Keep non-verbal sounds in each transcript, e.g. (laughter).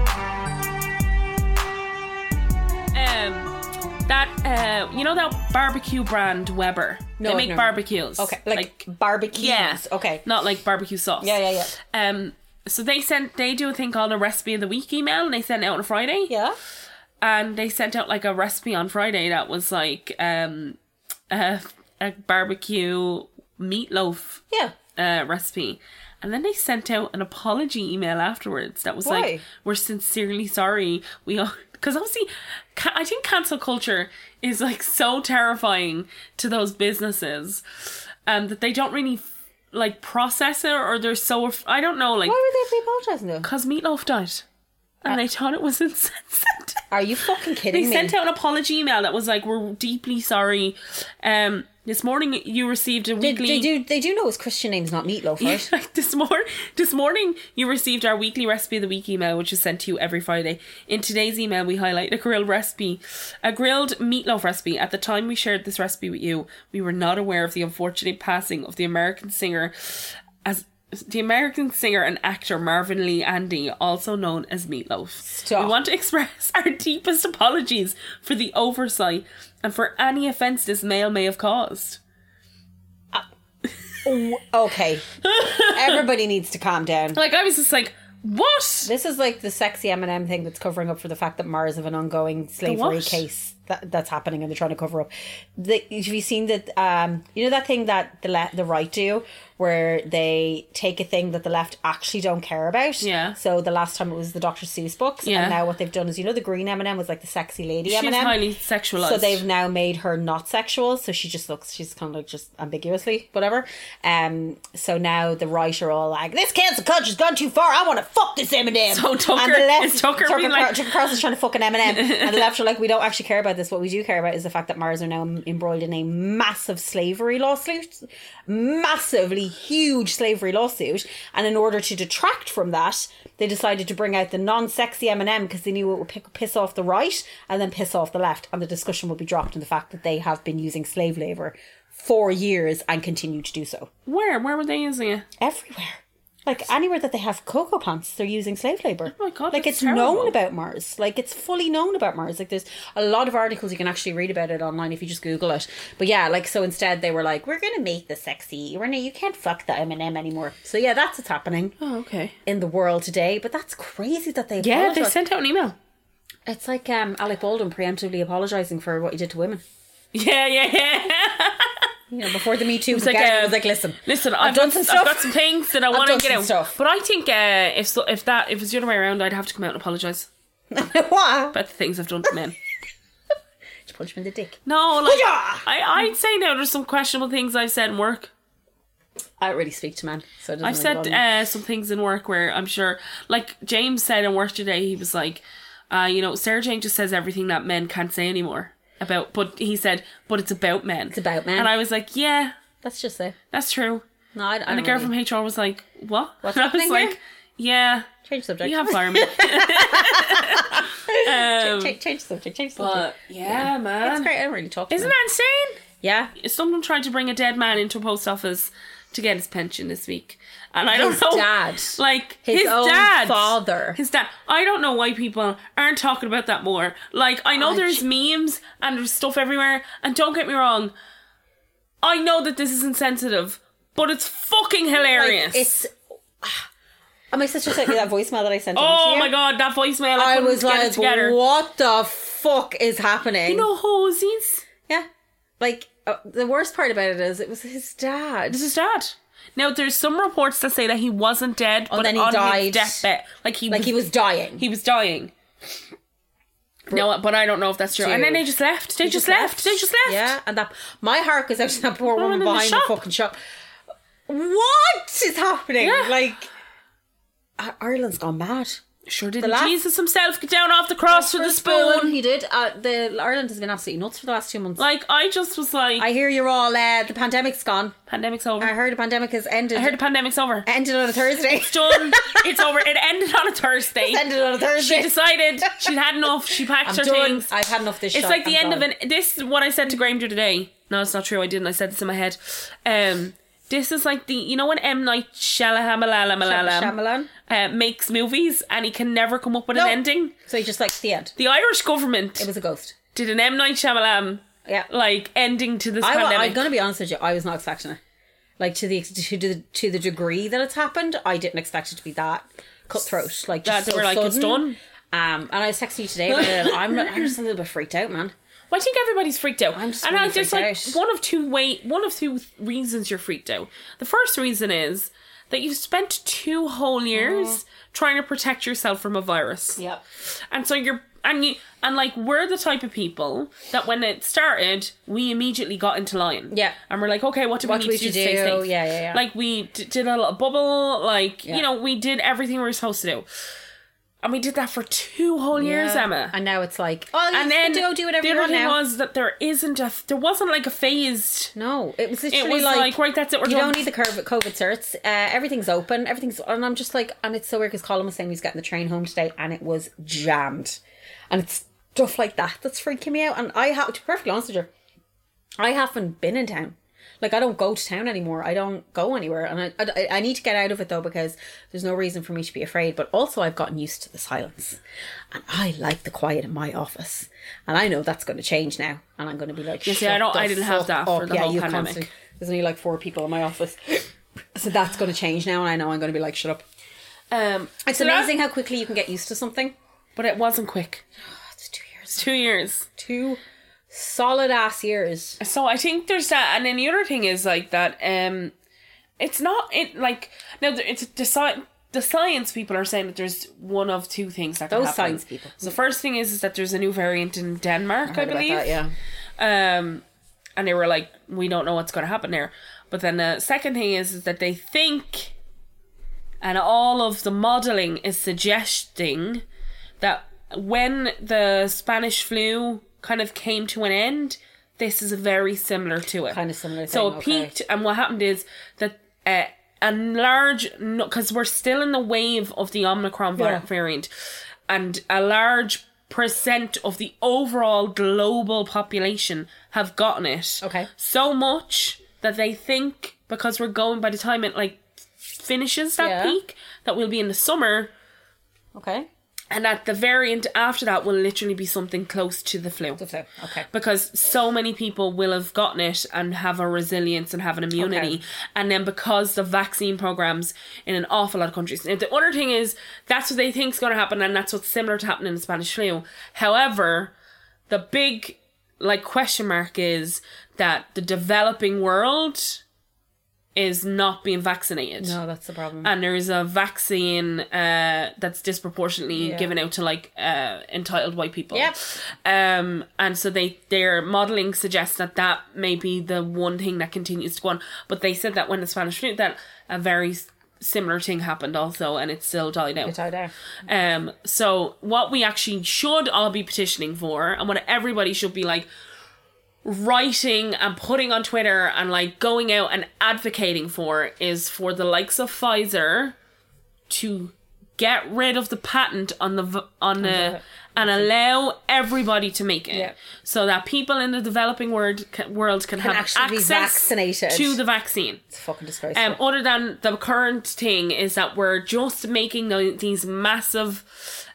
about um, uh, you know that barbecue brand Weber? No, they I've make never- barbecues. Okay, like, barbecues. yeah, Okay. not like barbecue sauce. Yeah, yeah, yeah. Um, so they sent they do a thing called a recipe of the week email, and they sent it out on Friday. Yeah. and they sent out like a recipe on Friday that was like um a, a barbecue meatloaf Yeah. uh, recipe. And then they sent out an apology email afterwards that was Why? like, "We're sincerely sorry. We (laughs) are because obviously, ca- I think cancel culture is like so terrifying to those businesses, um, that they don't really like process it or they're so af- I don't know like Why were they apologising though? because meatloaf died, and they thought it was (laughs) insensitive. Are you fucking kidding They me? sent out an apology email that was like, "We're deeply sorry. Um, this morning you received a they, weekly. they do. They do know his Christian name's not Meatloaf, right? (laughs) Like this morning, this morning you received our weekly recipe of the week email, which is sent to you every Friday. In today's email, we highlight a grilled recipe, a grilled meatloaf recipe. At the time we shared this recipe with you, we were not aware of the unfortunate passing of the American singer, as the American singer and actor Marvin Lee Andy, also known as Meatloaf. Stop. We want to (laughs) express our deepest apologies for the oversight and for any offence this mail may have caused. okay. Everybody needs to calm down. Like I was just like, what? This is like the sexy Eminem thing that's covering up for the fact that Mars have an ongoing slavery what? case that, that's happening and they're trying to cover up. The, have you seen that? Um, you know that thing that the left, the right do, where they take a thing that the left actually don't care about. Yeah. So the last time it was the Dr. Seuss books, Yeah. and now what they've done is you know the green Eminem was like the sexy lady She's Eminem. highly sexualized. So they've now made her not sexual, so she just looks she's kind of like just ambiguously whatever. Um, so now the right are all like, "This cancel culture's gone too far. I want to fuck this Eminem." So Tucker- and the left, is Tucker being like- Tucker Carlson's trying to fuck an Eminem, and the (laughs) left are like, "We don't actually care about this. What we do care about is the fact that Mars are now embroiled in a massive slavery lawsuit, massively huge slavery lawsuit." And in order to detract from that, they decided to bring out the non-sexy Eminem because they knew it would pick, piss off the right and then piss off the left, and the discussion would be dropped in the fact that they have been using slave labor for years and continue to do so Where? Where were they using it? everywhere. Like anywhere that they have cocoa plants, they're using slave labor. Oh my God, Like that's it's terrible. known about Mars. Like it's fully known about Mars. Like there's a lot of articles you can actually read about it online if you just Google it. But yeah, like so instead they were like, we're gonna make this sexy. We're gonna, you can't fuck the Eminem anymore. So yeah, that's what's happening Oh, okay. in the world today. But that's crazy that Yeah, they they apologize. sent out an email. it's like um, Alec Baldwin preemptively apologising for what he did to women. Yeah, yeah, yeah. You know, before the Me (laughs) Too was like, like, um, was like, listen, (laughs) Listen, I've, done got, some I've stuff. got some things that I want to done get some out. stuff. But I think uh, if so, if that if it's the other way around, I'd have to come out and apologize what? about the things I've done to men. Just punch him in the dick. No, like Oh, Yeah. Oh I, I'd say now there's some questionable things I've said in work. I don't really speak to men, so it doesn't I've really said bother me. uh, some things in work where I'm sure, like James said in work today, he was like, uh, you know, Sarah Jane just says everything that men can't say anymore about. But he said, but it's about men. It's about men. And I was like, yeah, That's just it. that's true. No, I, I And don't the girl really. from HR was like, "What?" (laughs) What's and I was happening here? like, "Yeah, change subject. you (laughs) have fire me." um, change, change subject. Change but subject. yeah, That's man, great. I don't really talk. To um, isn't them. that insane? Yeah. (laughs) Someone tried to bring a dead man into a post office to get his pension this week, and I don't His know. dad. like His his, own dad, father. his dad. I don't know why people aren't talking about that more. Like I know I there's memes and there's stuff everywhere, and don't get me wrong, I know that this is insensitive, but it's fucking hilarious. Like, it's. (sighs) Oh, my sister sent me that voicemail that I sent. on Oh to my you. god, that voicemail! I, I couldn't was get it like, together. what the fuck is happening? You know, hosies. Yeah. Like uh, the worst part about it is it was his dad. This is dad. Now, there's some reports that say that he wasn't dead, but Oh, then he on died. his deathbed, like he Like was, he was dying. he was dying. No, but I don't know if that's true. And then they just left. They just, left. They just left. Yeah, and that my heart goes out to that poor woman in the behind the, shop. fucking shop. What is happening? Yeah. Like I- Ireland's gone mad. Sure didn't last- Jesus himself get down off the cross with a spoon? He did. Uh, the Ireland has been absolutely nuts for the last two months. Like I just was like, I hear you're all. Uh, the pandemic's gone. pandemic's over. I I heard the pandemic has ended. heard the pandemic's over. ended on (laughs) a Thursday. Done. it's over. It ended on a Thursday. (laughs) ended on a She Thursday. (laughs) decided she'd had enough. She packed I'm her done. things. I've had enough of this. It's like the end of an. This is what I said to Granger today. No, it's not true. I didn't. I said this in my head. Um, this is like the you know when M Night Shyamalan Shyamalan. uh, makes movies and he can never come up with No. an ending. So he just like the end. The Irish government It was a ghost. did an M Night Shyamalan Yeah. like ending to this I, wa- pandemic. I'm going to be honest with you. I was not expecting it. Like to the ex- to the to the degree that it's happened, I didn't expect it to be that cutthroat. Like That just they so were like, it's sudden. done. Um, and I was texting you today. About it, and I'm I'm just a little bit freaked out, man. Well, I think everybody's freaked out. I'm just and really like, there's like freaked out. one of two way, one of two reasons you're freaked out. The first reason is that you've spent two whole years trying to protect yourself from a virus. Mm. Yep. And so you're and you and like we're the type of people that when it started, we immediately got into line. Yeah. And we're like, okay, what do we What need do we to do? should to stay do? safe? Yeah, yeah, yeah. Like we d- did a little bubble. Like Yeah. you know, we did everything we were supposed to do. And we did that for two whole years, Emma. And now it's like, oh, and then go do whatever the you other want thing now. was that there isn't a there wasn't like a phased. no, it was It literally was like, like right, that's it. We're You done. don't need the curv- COVID certs. Uh, everything's open. Everything's, and I'm just like, and it's so weird because Colin was saying he was getting the train home today, and it was jammed, and it's stuff like that that's freaking me out. And I have, to be perfectly honest with you, I haven't been in town. Like I don't go to town anymore. I don't go anywhere, and I, I I need to get out of it though because there's no reason for me to be afraid. But also I've gotten used to the silence, and I like the quiet in my office. And I know that's going to change now, and I'm going to be like, see, "Shut I don't- the I didn't have fuck that for up." the yeah, whole you pandemic. constantly- there's only like four people in my office. (laughs) So that's going to change now, and I know I'm going to be like, shut up. Um, It's so that- amazing how quickly you can get used to something. but it wasn't quick. That's two years. Two years. Two solid ass years. So I think there's that, and then the other thing is like that. Um, it's not it like now. the- It's the sci- the science people are saying that there's one of two things that can Those happen. science people. So the first thing is is that there's a new variant in Denmark, I, Heard about believe. that, yeah. Um, and they were like, we don't know what's going to happen there. But then the second thing is, is that they think, and all of the modeling is suggesting that when the Spanish flu kind of came to an end, this is very similar to it. Kind of similar So thing, it okay. peaked, and what happened is that uh, a large, because we're still in the wave of the Omicron var- Yeah. variant, and a large percent of the overall global population have gotten it. Okay. So much that they think because we're going by the time it like finishes that Yeah. peak, that we'll be in the summer. Okay. And that the variant after that will literally be something close to the flu. So, okay. Because so many people will have gotten it and have a resilience and have an immunity. Okay. And then because the vaccine programs in an awful lot of countries. And the other thing is, that's what they think is going to happen. And that's what's similar to happening in the Spanish flu. However, the big like question mark is that the developing world is not being vaccinated No, that's the problem. and there is a vaccine uh, that's disproportionately Yeah. given out to like uh, entitled white people. Yep. Um, and so they their modeling suggests that that may be the one thing that continues to go on. But they said that when the Spanish flu, that a very s- similar thing happened also, and it still died out. It died out. Um, so what we actually should all be petitioning for, and what everybody should be like writing and putting on Twitter and like going out and advocating for, is for the likes of Pfizer to get rid of the patent on the v- on the and allow everybody to make it, Yeah. so that people in the developing world can, world can, have actually be access vaccinated. to the vaccine. It's fucking disgraceful. Um, other than the current thing is that we're just making tho- these massive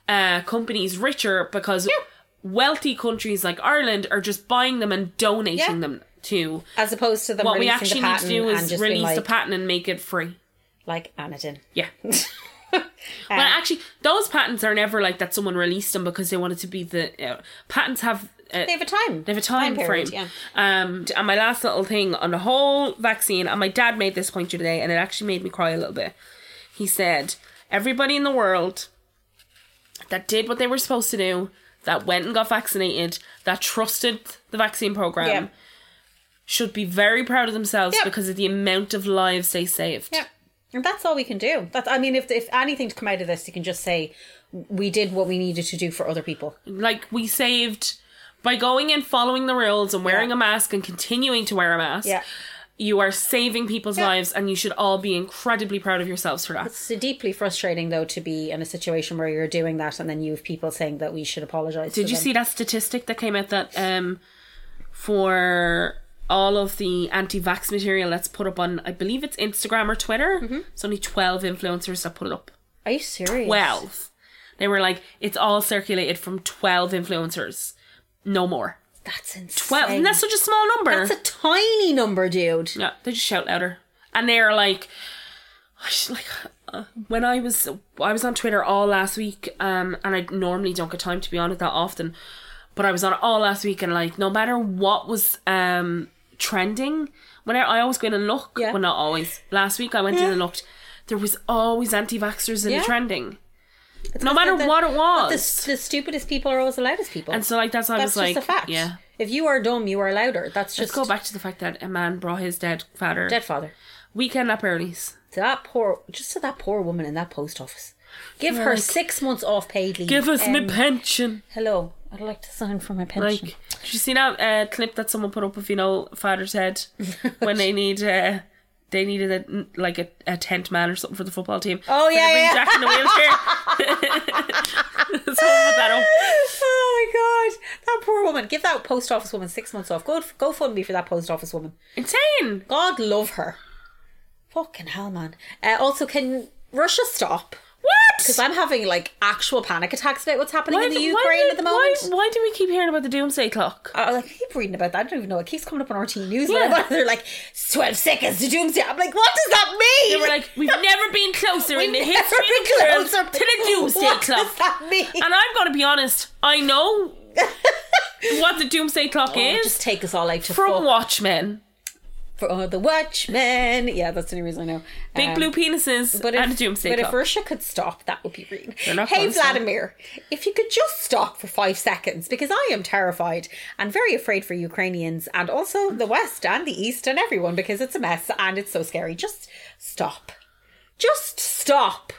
uh, companies richer because wealthy countries like Ireland are just buying them and donating Yeah. them to. As opposed to them What we actually releasing the need to patent do and is just being release like, the patent and make it free. like (laughs) Uh, Anadin. Yeah. well, actually, those patents are never like that. Someone released them because they wanted to be the uh, patents have. Uh, They have a time. they have a time, period, frame. Um, and my last little thing on the whole vaccine, and my dad made this point today, and it actually made me cry a little bit. He said, "Everybody in the world that did what they were supposed to do, that went and got vaccinated, that trusted the vaccine program, Yeah. should be very proud of themselves Yep. because of the amount of lives they saved." Yeah. And that's all we can do. That's I mean, if if anything to come out of this, you can just say we did what we needed to do for other people. Like we saved by going and following the rules and wearing Yeah. a mask and continuing to wear a mask. you are saving people's Yeah. lives and you should all be incredibly proud of yourselves for that. It's deeply frustrating though to be in a situation where you're doing that and then you have people saying that we should apologize. Did you see that statistic that came out that um for all of the anti-vax material that's put up on I believe it's Instagram or Twitter, Mm-hmm. it's only 12 influencers that put it up. Are you serious? 12. They were like it's all circulated from 12 influencers. No more. That's insane. 12. And that's such a small number. That's a tiny number, dude. yeah, they just shout louder. And they're like, I just, like uh, when I was I was on Twitter all last week, um, and I normally don't get time to be on it that often, but I was on it all last week, and like no matter what was um trending, when I, I always go in and look, Yeah. well not always. Last week I went in and looked, there was always anti-vaxxers in Yeah. the trending, It's no like matter the- what it but was. The, s- the stupidest people are always the loudest people. and so like that's why I that's was just like, a fact. yeah. If you are dumb, you are louder. That's Let's just go back to the fact that a man brought his dead father dead father. weekend up earlies. To that poor, just to that poor woman in that post office. Give her like, six months off paid leave. Give us my Um, pension. Hello, I'd like to sign for my pension. Like, did you see that uh, clip that someone put up of you know Father's (laughs) Head when they need uh, they needed a, like a, a tent man or something for the football team? Oh, So they yeah, bring yeah. Jack in the wheelchair. (laughs) someone put that up. (laughs) Oh my god, that poor woman! Give that post office woman six months off. Go, go fund me for that post office woman. Insane. God love her. Fucking hell, man. Uh, also, can Russia stop? What? Because I'm having like actual panic attacks about what's happening in the do- Ukraine did- at the moment. Uh, Why, why do we keep hearing about the doomsday clock? I, like, I keep reading about that. I don't even know. It keeps coming up on RT News. Yeah. Like, (laughs) they're like, 12 seconds to doomsday. I'm like, what does that mean? They were like, (laughs) we've never been closer in the Never history of been the world closer. to the doomsday What clock. does that mean? And I'm going to be honest, I (laughs) know what the doomsday clock Oh, is just take us all out to from fuck Watchmen. for all the Watchmen. Yeah, that's the only reason I know. Big Um, blue penises But and a if, doomsday but if clock. Russia could stop, that would be green. not Hey, gonna stop. Vladimir, if you could just stop for five seconds, because I am terrified and very afraid for Ukrainians and also the West and the East and everyone because it's a mess and it's so scary. Just stop. Just stop.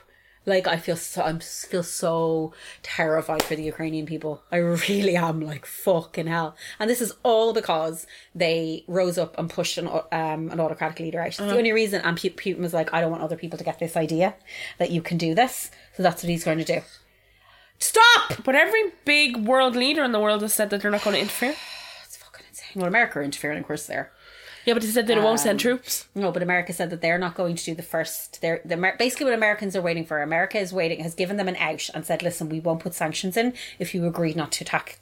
Like I feel so, I am feel so terrified for the Ukrainian people. I really am. Like fucking hell. And this is all because they rose up and pushed an au- um, an autocratic leader out. It's the only reason. And Pu- Putin was like, I don't want other people to get this idea that you can do this. So that's what he's going to do. Stop. but every big world leader in the world has said that they're not going to interfere. It's fucking insane. Well, America are interfering, of course. There. Yeah, but they said they won't Um, send troops. No, but America said that they're not going to do the first. They're the Amer- basically what Americans are waiting for. America is waiting, has given them an out, and said, "Listen, we won't put sanctions in if you agree not to attack."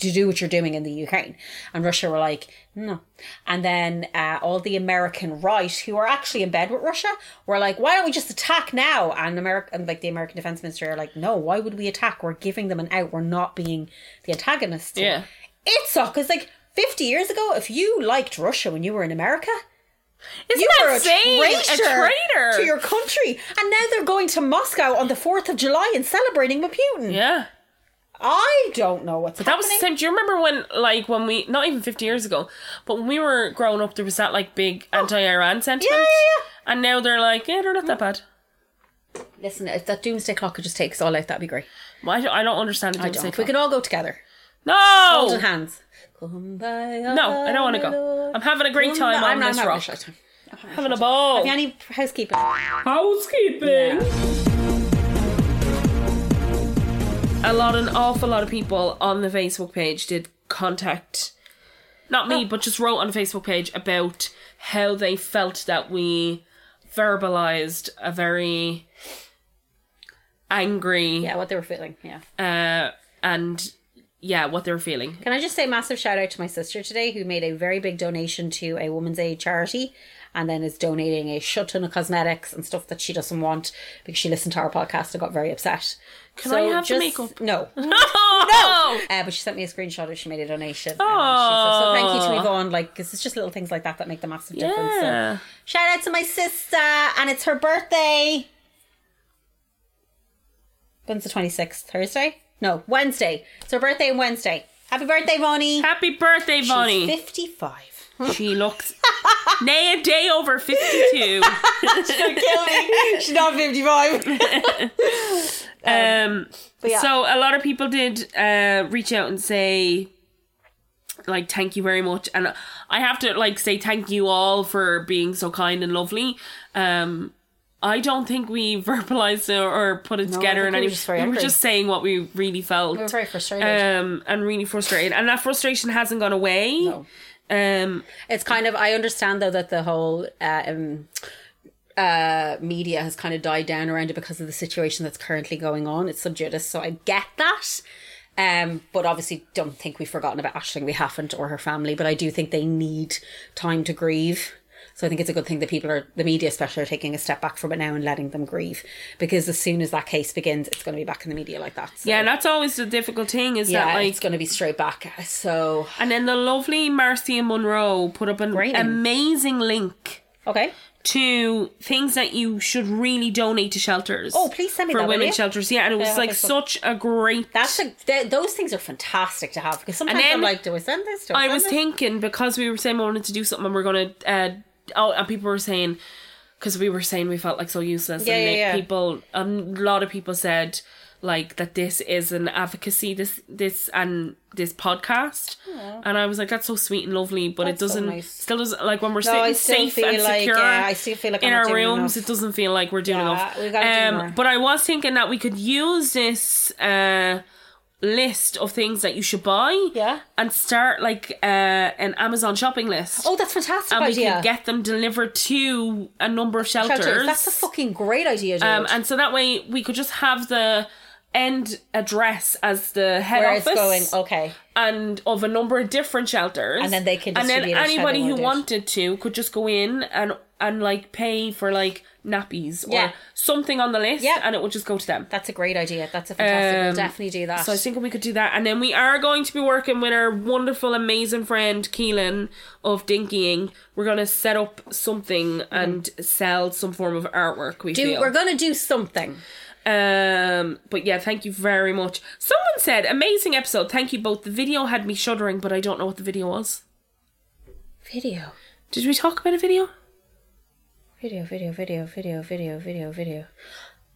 To do what you're doing in the Ukraine, and Russia were like, no, and then uh, all the American right who are actually in bed with Russia were like, why don't we just attack now? And America, and like the American defense minister are like, no, why would we attack? We're giving them an out. We're not being the antagonists. here." Yeah. it's because like 50 years ago, if you liked Russia when you were in America, Isn't you that were a insane? traitor, A traitor. to your country, and now they're going to Moscow on the fourth of July and celebrating with Putin. yeah. I don't know what's That happening. was the same. Do you remember when, like, when we, not even 50 years ago, but when we were growing up, there was that, like, big anti Iran sentiment? Oh. yeah, yeah. Mm. And now they're like, yeah, they're not that bad. Listen, if that doomsday clock could just take us all out, that'd be great. Well, I, don't- I don't understand the I don't. doomsday If we clock. could all go together, No! holding hands. Kumbaya, No, I don't want to my go. Lord. I'm having a great Kumbaya- time Mm, I'm on not this having rock. Oh. a shit time. I'm having a Having a shit time. ball. Have you any housekeeping? Housekeeping. a lot, an awful lot of people on the Facebook page did contact, not Oh. me, but just wrote on the Facebook page about how they felt that we verbalized a very angry Yeah, what they were feeling. Yeah. uh, and yeah, what they were feeling. Can I just say massive shout out to my sister today who made a very big donation to a woman's aid charity and then is donating a shit ton of cosmetics and stuff that she doesn't want because she listened to our podcast and got very upset. Can I have the makeup? (laughs) No. (laughs) no. No. Uh, but she sent me a screenshot of she made a donation. Oh. so thank you to Yvonne, like, because it's just little things like that that make the massive difference. So Yeah. Shout out to my sister, and it's her birthday. When's the 26th? Thursday? No, Wednesday. It's her birthday on Wednesday. Happy birthday, Vonnie. Happy birthday, Bonnie. She's 55. She looks nay a day over (laughs) fifty-two. (laughs) She's not 55. (laughs) Um, yeah. so a lot of people did uh, reach out and say, like, thank you very much, and I have to like say thank you all for being so kind and lovely. Um, I don't think we (laughs) verbalized it or put it together in think we were any. just very we were angry. just saying what we really felt. We're very frustrated. um, and really frustrated, and that frustration hasn't gone away. No. Um, it's kind of, I understand though that the whole uh, um, uh, media has kind of died down around it because of the situation that's currently going on. It's subjudice, so I get that. Um, but obviously, don't think we've forgotten about Ashling. We haven't, or her family. But I do think they need time to grieve. So I think it's a good thing that people are, the media especially, are taking a step back from it now and letting them grieve. Because as soon as that case begins, it's going to be back in the media like that. So, Yeah, and that's always the difficult thing is yeah, that like it's going to be straight back. So And then the lovely Marcia Monroe put up an Great link. amazing link okay, to things that you should really donate to shelters. Oh, please send me for that, will women you? shelters. Yeah, and it was Yeah, like okay, cool. such a great. that's a, th- those things are fantastic to have because sometimes then I'm like, do I send this? Do I I, send was this? thinking because we were saying we wanted to do something and we're gonna. Uh, oh, and people were saying because we were saying we felt like so useless. Yeah, and yeah, like, yeah. people, um, a lot of people said like that this is an advocacy this this and this podcast and i was like that's so sweet and lovely but it That's so doesn't nice. still doesn't like when we're No, I sitting still safe feel and like, secure yeah, I still feel like in I'm not our doing rooms enough. it doesn't feel like we're doing Yeah, enough we gotta do um more. but i was thinking that we could use this uh list of things that you should buy Yeah. and start like uh an amazon shopping list Oh, that's fantastic and um, we idea. could get them delivered to a number of shelters, Shelters. That's a fucking great idea, George. um and so that way we could just have the end address as the head Where it's office going, okay. and of a number of different shelters And then they can and then distribute it how they anybody who want it. wanted to could just go in and and like pay for like nappies or Yeah. something on the list Yeah. and it would just go to them That's a great idea. That's a fantastic. Um, we'll definitely do that. so I think we could do that, and then we are going to be working with our wonderful, amazing friend Keelan of Dinkying. We're gonna set up something and sell some form of artwork. We do, feel. we're gonna do something. Um, but yeah, thank you very much. Someone said, "Amazing episode, thank you both." The video had me shuddering, but I don't know what the video was. Video, Did we talk about a video? video, video, video, video, video, video, video.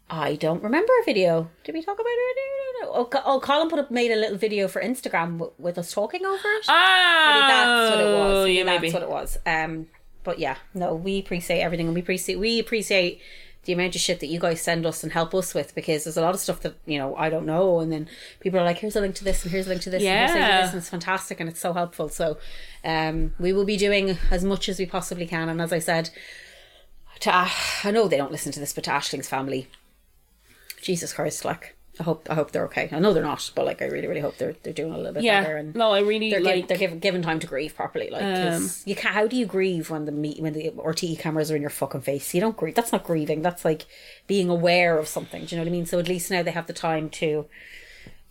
I don't remember a video. Did we talk about it? Oh, Co- oh Colin put up made a little video for Instagram w- with us talking over it. Maybe Ah, that's what it was. Maybe Yeah, that's maybe. what it was. Um, but yeah, no, we appreciate everything, and we appreciate we appreciate the amount of shit that you guys send us and help us with because there's a lot of stuff that you know I don't know, and then people are like, "Here's a link to this, and here's a link to this, and here's a link Yeah. to this," and it's fantastic and it's so helpful. So, um, we will be doing as much as we possibly can, and as I said, to Ash, I know they don't listen to this, but to Ashling's family, Jesus Christ, like. I hope I hope they're okay. I know they're not, but like I really, really hope they're they're doing a little bit better. yeah. And No, I really they're like. giv they're given given time to grieve properly. Like, 'cause you can How do you grieve when the meet when the RTE cameras are in your fucking face? You don't grieve. That's not grieving. That's like being aware of something. Do you know what I mean? So at least now they have the time to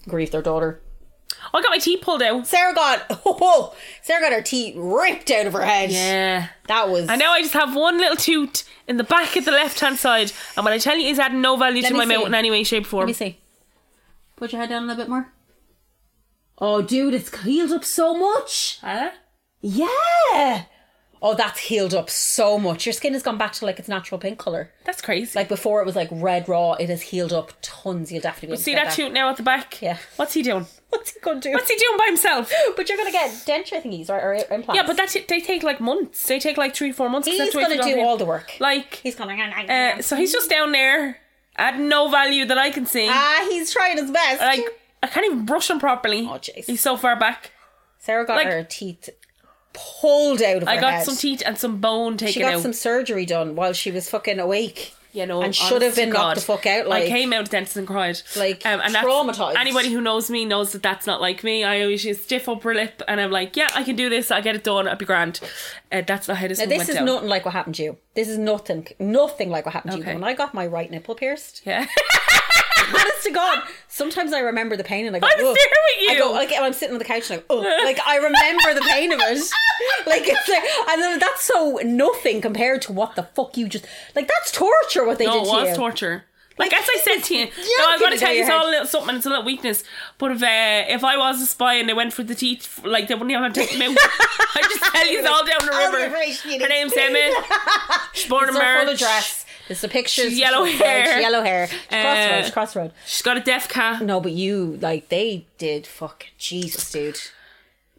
grieve their daughter. I got my teeth pulled out. (laughs) Sarah got oh, Sarah got her teeth ripped out of her head. Yeah. That was. And now I just have one little toot in the back of the left hand side. And when I tell you, it's adding no value to me my see. mouth in any way, shape, or Let form. me see. Put your head down a little bit more. Oh, dude, it's healed up so much. Huh? Yeah. Oh, that's healed up so much. Your skin has gone back to like its natural pink color. That's crazy. Like before, it was like red raw. It has healed up tons. You'll definitely be able to see get that toot now at the back? Yeah. What's he doing? (laughs) What's he gonna do? What's he doing by himself? but you're gonna get denture thingies, right, or uh, implants? Yeah, but that t- they take like months. They take like three, four months. 'cause he's that's the way gonna do people all the work. Like, He's gonna. (laughs) uh, so he's just down there, adding no value that I can see. ah, he's trying his best. like, I can't even brush him properly. Oh, jeez. He's so far back. Sarah got like- her teeth pulled out of I her got head. some teeth and some bone taken She got out. some surgery done while she was fucking awake. you know, and should honest have been to knocked God. the fuck out. Like, I came out of the dentist and cried, Like, that's- traumatised. Anybody who knows me knows that that's not like me. I always use stiff upper lip, and I'm like, yeah, I can do this. I get it done. I'll be grand. Uh, that's not how this. Now, one this went is down. nothing like what happened to you. This is nothing, nothing like what happened to Okay. you. When I got my right nipple pierced, (laughs) (laughs) Yeah. honest to God, sometimes I remember the pain and I go, I was "Ugh." there with I go you. like I'm sitting on the couch and I'm, oh, like I remember the pain of (laughs) it. Like it's like, and then that's so nothing compared to what the fuck you just like. That's torture. What they no, did it to was you. torture. Like as I said (laughs) to you, no, yanking I'm going to it tell out you your it's all head. a little something. It's a little weakness. But if uh, if I was a spy and they went for the teeth, like they wouldn't even have taken (laughs) them out. I just tell you it's all down the All the river. rage you Her did. name's Emma. (laughs) She's born in It's her full March. address. There's the pictures. She's yellow she's red, hair. she's Yellow hair. She's Crossroad. Uh, she's Crossroad. She's got a deaf cat. No, but you like they did fucking Jesus, dude.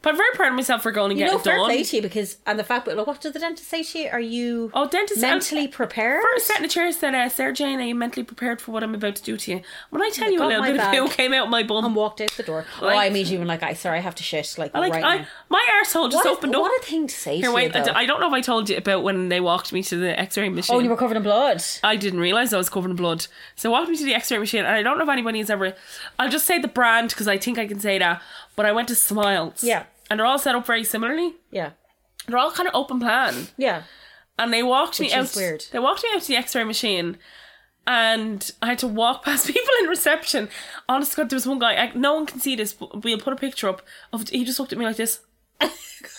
But I'm very proud of myself for going and You getting know, it fair done. play to you because, and the fact, but look, what did the dentist say to you? Are you Oh, dentist mentally prepared. prepared? First set in the chair said, uh, Sarah Jane, are you mentally prepared for what I'm about to do to you? When I tell you a got little my bit (laughs) bag. of poo came out my and bum, walked out the door. oh, Like- I mean, even like, I sorry, I have to shit. Like, like right I, now. my arsehole just What a- opened up. What a thing to say Here, to wait, you. I d- though. I don't know if I told you about when they walked me to the X-ray machine. oh, you were covered in blood. I didn't realize I was covered in blood. So I walked me to the X-ray machine, and I don't know if anybody has ever. I'll just say the brand because I think I can say that. But I went to Smiles. Yeah. and they're all set up very similarly. Yeah. They're all kind of open plan, Yeah. and they walked Which me out. is weird. They walked me out to the X-ray machine. And I had to walk (laughs) past people in reception. Honest to God, there was one guy. I, no one can see this, but we'll put a picture up of. He just looked at me like this, (laughs)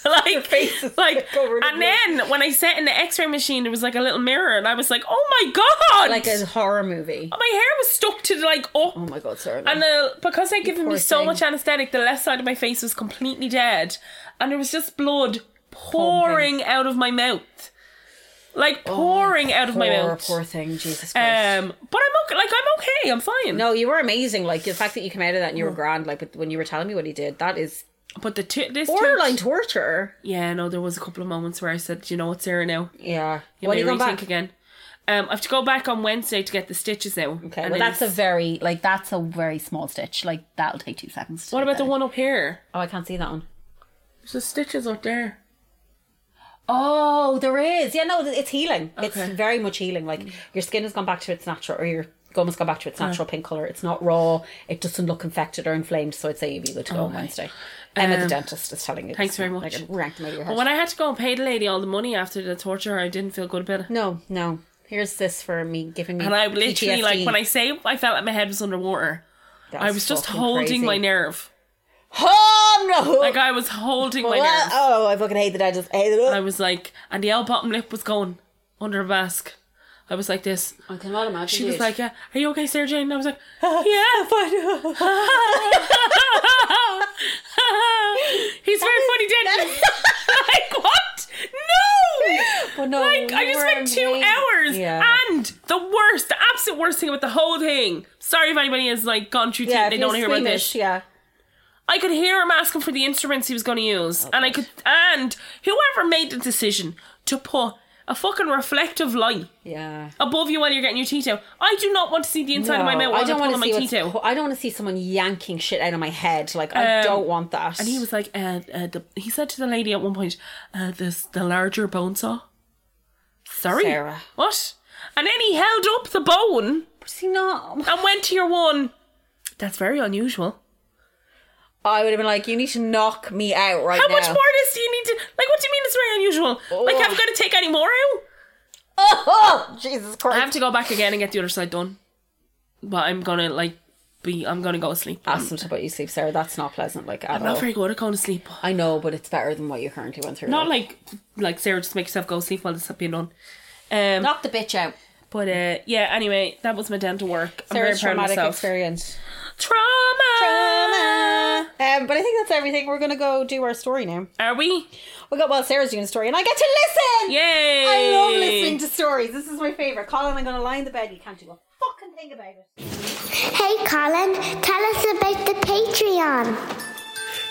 like, face is like. (laughs) covered in And blood. then when I sat in the X-ray machine, there was like a little mirror, and I was like, "Oh my God!" Like a horror movie. my hair was stuck to like up Oh my god, sorry. and the, because they'd given me poor so thing. much anesthetic the left side of my face was completely dead and there was just blood pouring out of my mouth like pouring out of Oh, poor, my mouth poor thing, Jesus Christ. um but I'm okay like I'm okay I'm fine no, you were amazing. Like the fact that you came out of that and you were grand. Like but when you were telling me what he did, that is but the two this borderline tooth- torture. "Do yeah no there was a couple of moments where I said you know what Sarah now Yeah. you when may you come rethink back? again um I have to go back on Wednesday to get the stitches now Okay, And well, it that's a is- very like that's a very small stitch. Like that'll take two seconds. To what do about the that. one up here Oh, I can't see that one. there's the stitches up there Oh, there is. Yeah, no, th- it's healing. Okay. It's very much healing. Like your skin has gone back to its natural, or your gum has gone back to its Uh. natural pink color. It's not raw. It doesn't look infected or inflamed. So I'd say you'd be good to go on Wednesday. Emma, the dentist, is telling you. Oh Um, thanks this very now, much. Like, ranked out of your head. But when I had to go and pay the lady all the money after the torture, I didn't feel good about it. no, no. Here's this for me giving me. And I literally, like, when I say I felt like my head was underwater, I was just holding my nerve. Oh no! Like, I was holding my Well, nerve. oh, I fucking hate that. I just hate it. I was like, and the L bottom lip was going under a mask. I was like this. I cannot imagine. She was (laughs) like, yeah, "Are you okay, Sarah Jane?" And I was like, "Yeah." (laughs) He's very funny, Denny. (laughs) like what? No. But no, Like, I you just were spent two amazing. hours, Yeah. and the worst, the absolute worst thing about the whole thing. Sorry if anybody has like gone through teeth. yeah, and they if don't you're hear about squeamish, this. Yeah. I could hear him asking for the instruments he was going to use, and I could, and whoever made the decision to put a fucking reflective light Yeah. above you while you're getting your teeth out, I do not want to see the inside of my mouth. While I don't wanna want my see teeth what's- out. I don't want to see someone yanking shit out of my head. Like I Um, don't want that. And he was like, uh, uh, the, he said to the lady at one point, uh, this, the larger bone saw. Sorry? Sarah. What? And then he held up the bone was he not? and went to your one. That's very unusual. I would have been like, you need to knock me out right How now. much more of this do you need to, like, what do you mean it's very unusual? Like, have you got to take any more out? Oh, (laughs) Jesus Christ! I have to go back again and get the other side done. But I'm gonna, like, be, I'm gonna go to sleep. ask them to put you to sleep, Sarah. That's not pleasant. Like at all. Not very good at going to sleep. I know, but it's better than what you currently went through. Not like, like, Sarah, just make yourself go to sleep while this is being done. Um, knock the bitch out. But uh, yeah, anyway, that was my dental work. I'm Sarah's very proud of traumatic myself. experience. Trauma. Trauma. Um, but I think that's everything. We're gonna go do our story now. Are we? We got well, Sarah's doing a story, and I get to listen. Yay! I love listening to stories. This is my favorite. Colin, I'm gonna lie in the bed. You can't do a fucking thing about it. Hey Colin, tell us about the Patreon.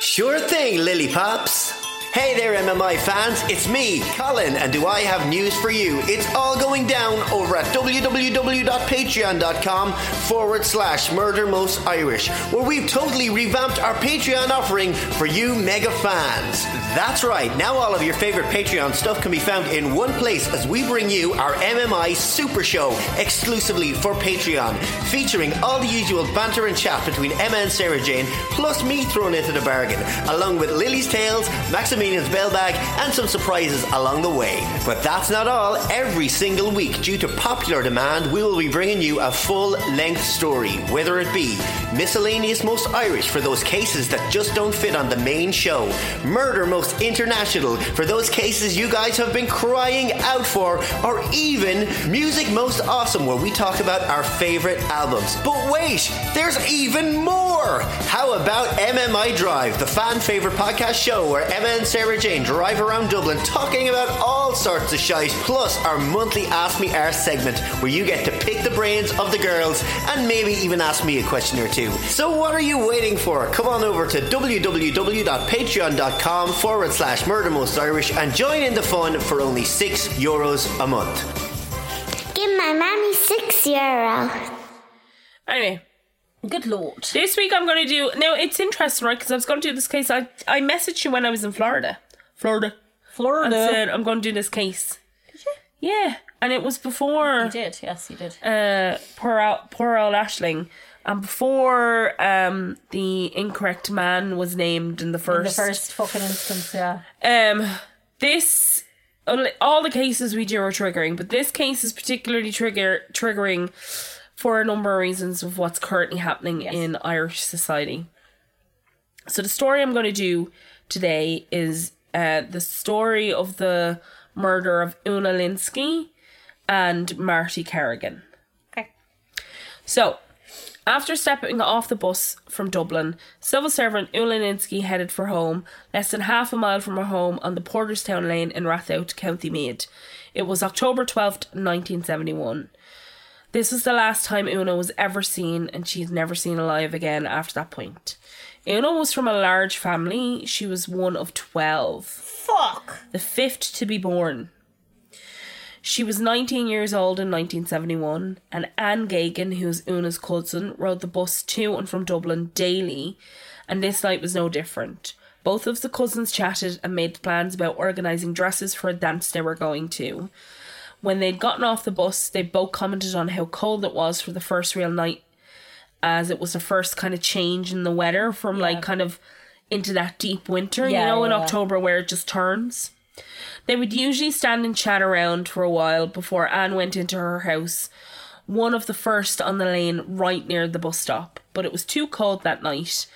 Sure thing, Lily Pops. Hey there, MMI fans. It's me, Colin, and do I have news for you? It's all going down over at www.patreon.com forward slash murder most Irish, where we've totally revamped our Patreon offering for you mega fans. That's right, now all of your favorite Patreon stuff can be found in one place as we bring you our MMI Super Show exclusively for Patreon, featuring all the usual banter and chat between Emma and Sarah Jane, plus me thrown into the bargain, along with Lily's Tales, Maximilian's Bell Bag, and some surprises along the way. But that's not all. Every single week, due to popular demand, we will be bringing you a full length story, whether it be Miscellaneous Most Irish for those cases that just don't fit on the main show, Murder Most International for those cases you guys have been crying out for, or even Music Most Awesome, where we talk about our favorite albums. But wait, there's even more! How about MMI Drive, the fan favorite podcast show where Emma and Sarah Jane drive around Dublin talking about all sorts of shite, plus our monthly Ask Me Arse segment where you get to pick the brains of the girls and maybe even ask me a question or two. So what are you waiting for? Come on over to www.patreon.com forward slash murdermost Irish and join in the fun for only six euros a month. Give my mammy six euro. Anyway, Good lord. this week I'm going to do. Now, it's interesting, right? Because I was going to do this case. I, I messaged you when I was in Florida. Florida. And uh, Florida. said, I'm going to do this case. Did you? Yeah. And it was before. did, yes, you did. uh, poor Al, poor old Ashling. And before um, the incorrect man was named in the the first, first fucking instance, yeah. um, this all the cases we do are triggering, but this case is particularly trigger triggering for a number of reasons of what's currently happening in Irish society. So the story I'm going to do today is uh, the story of the murder of Una Linsky and Marty Kerrigan. Okay. So, after stepping off the bus from Dublin, civil servant Ulininski headed for home, less than half a mile from her home on the Porterstown Lane in Rathout, County Meath. It was October 12th, 1971. This was the last time Una was ever seen, and she's never seen alive again after that point. Una was from a large family. She was one of 12 Fuck. the fifth to be born. She was 19 years old in 1971, and Anne Gagan, who was Una's cousin, rode the bus to and from Dublin daily, and this night was no different. Both of the cousins chatted and made plans about organising dresses for a dance they were going to. When they'd gotten off the bus, they both commented on how cold it was for the first real night, as it was the first kind of change in the weather from like kind of into that deep winter, Yeah, you know, in yeah, yeah. October where it just turns. They would usually stand and chat around for a while before Anne went into her house, one of the first on the lane right near the bus stop, but it was too cold that night.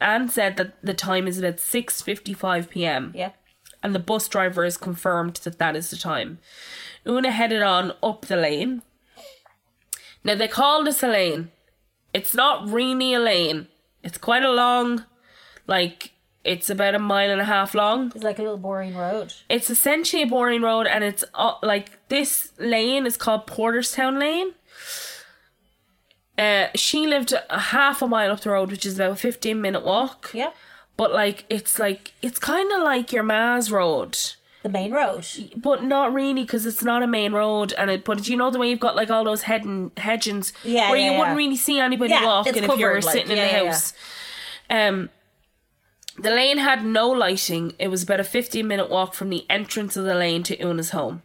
Anne said that the time is about 6:55 p.m Yeah. and the bus driver has confirmed that that is the time. Una headed on up the lane. Now they call this a lane. It's not really a lane. It's quite a long, like it's about a mile and a half long. It's like a little boring road. It's essentially a boring road, and it's uh, like this lane is called Porterstown Lane. Uh, she lived a half a mile up the road, which is about a fifteen minute walk. Yeah. But like it's like it's kind of like your Ma's road The main road. but not really because it's not a main road and it but you know the way you've got like all those head and hedgings Yeah, where yeah, you yeah. wouldn't really see anybody Yeah, walking it's if you were covered, like, sitting in yeah, the yeah, yeah. house um the lane had no lighting it was about a 15 minute walk from the entrance of the lane to una's home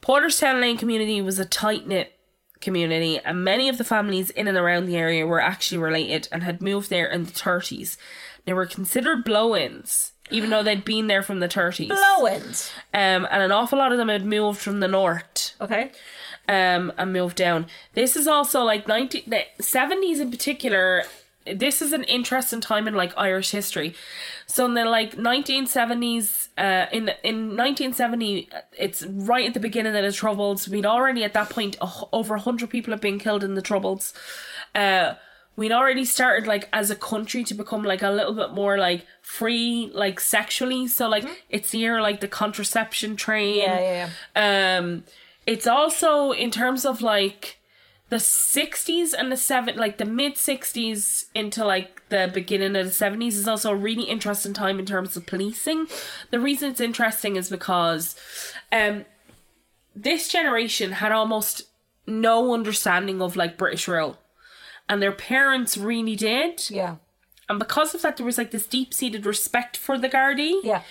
porterstown lane community was a tight-knit community and many of the families in and around the area were actually related and had moved there in the 30s they were considered blow-ins even though they'd been there from the 30s Blowins. um, and an awful lot of them had moved from the north Okay. um, and moved down. This is also like 90, the 70s in particular. This is an interesting time in like Irish history. So in the like 1970s, uh, in in 1970, it's right at the beginning of the Troubles. We'd already at that point a hu- over 100 people had been killed in the Troubles. Uh, we'd already started like as a country to become like a little bit more like free, like sexually. So like it's the year like the contraception train Mm-hmm. Yeah, yeah, um it's also in terms of like the 60s and the 7 like the mid 60s into like the beginning of the 70s is also a really interesting time in terms of policing the reason it's interesting is because um this generation had almost no understanding of like british rule and their parents really did yeah. and because of that there was like this deep-seated respect for the Gardaí Yeah.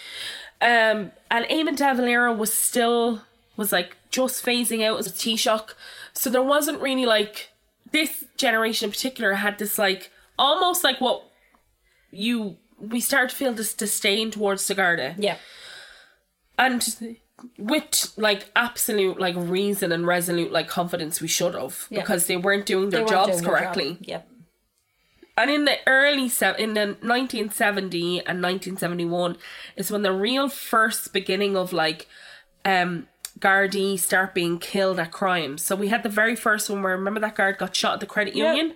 um, and Eamon De Valera was still was like just phasing out as a T shock, so there wasn't really like this generation in particular had this like almost like what you we started to feel this disdain towards the Garda Yeah. and with like absolute like reason and resolute like confidence we should have Yeah. because they weren't doing their They weren't jobs doing their job. correctly Yep. and in the early se- in the 1970 and 1971 is when the real first beginning of like um Gardaí start being killed at crimes. So we had the very first one where remember that guard got shot at the credit union.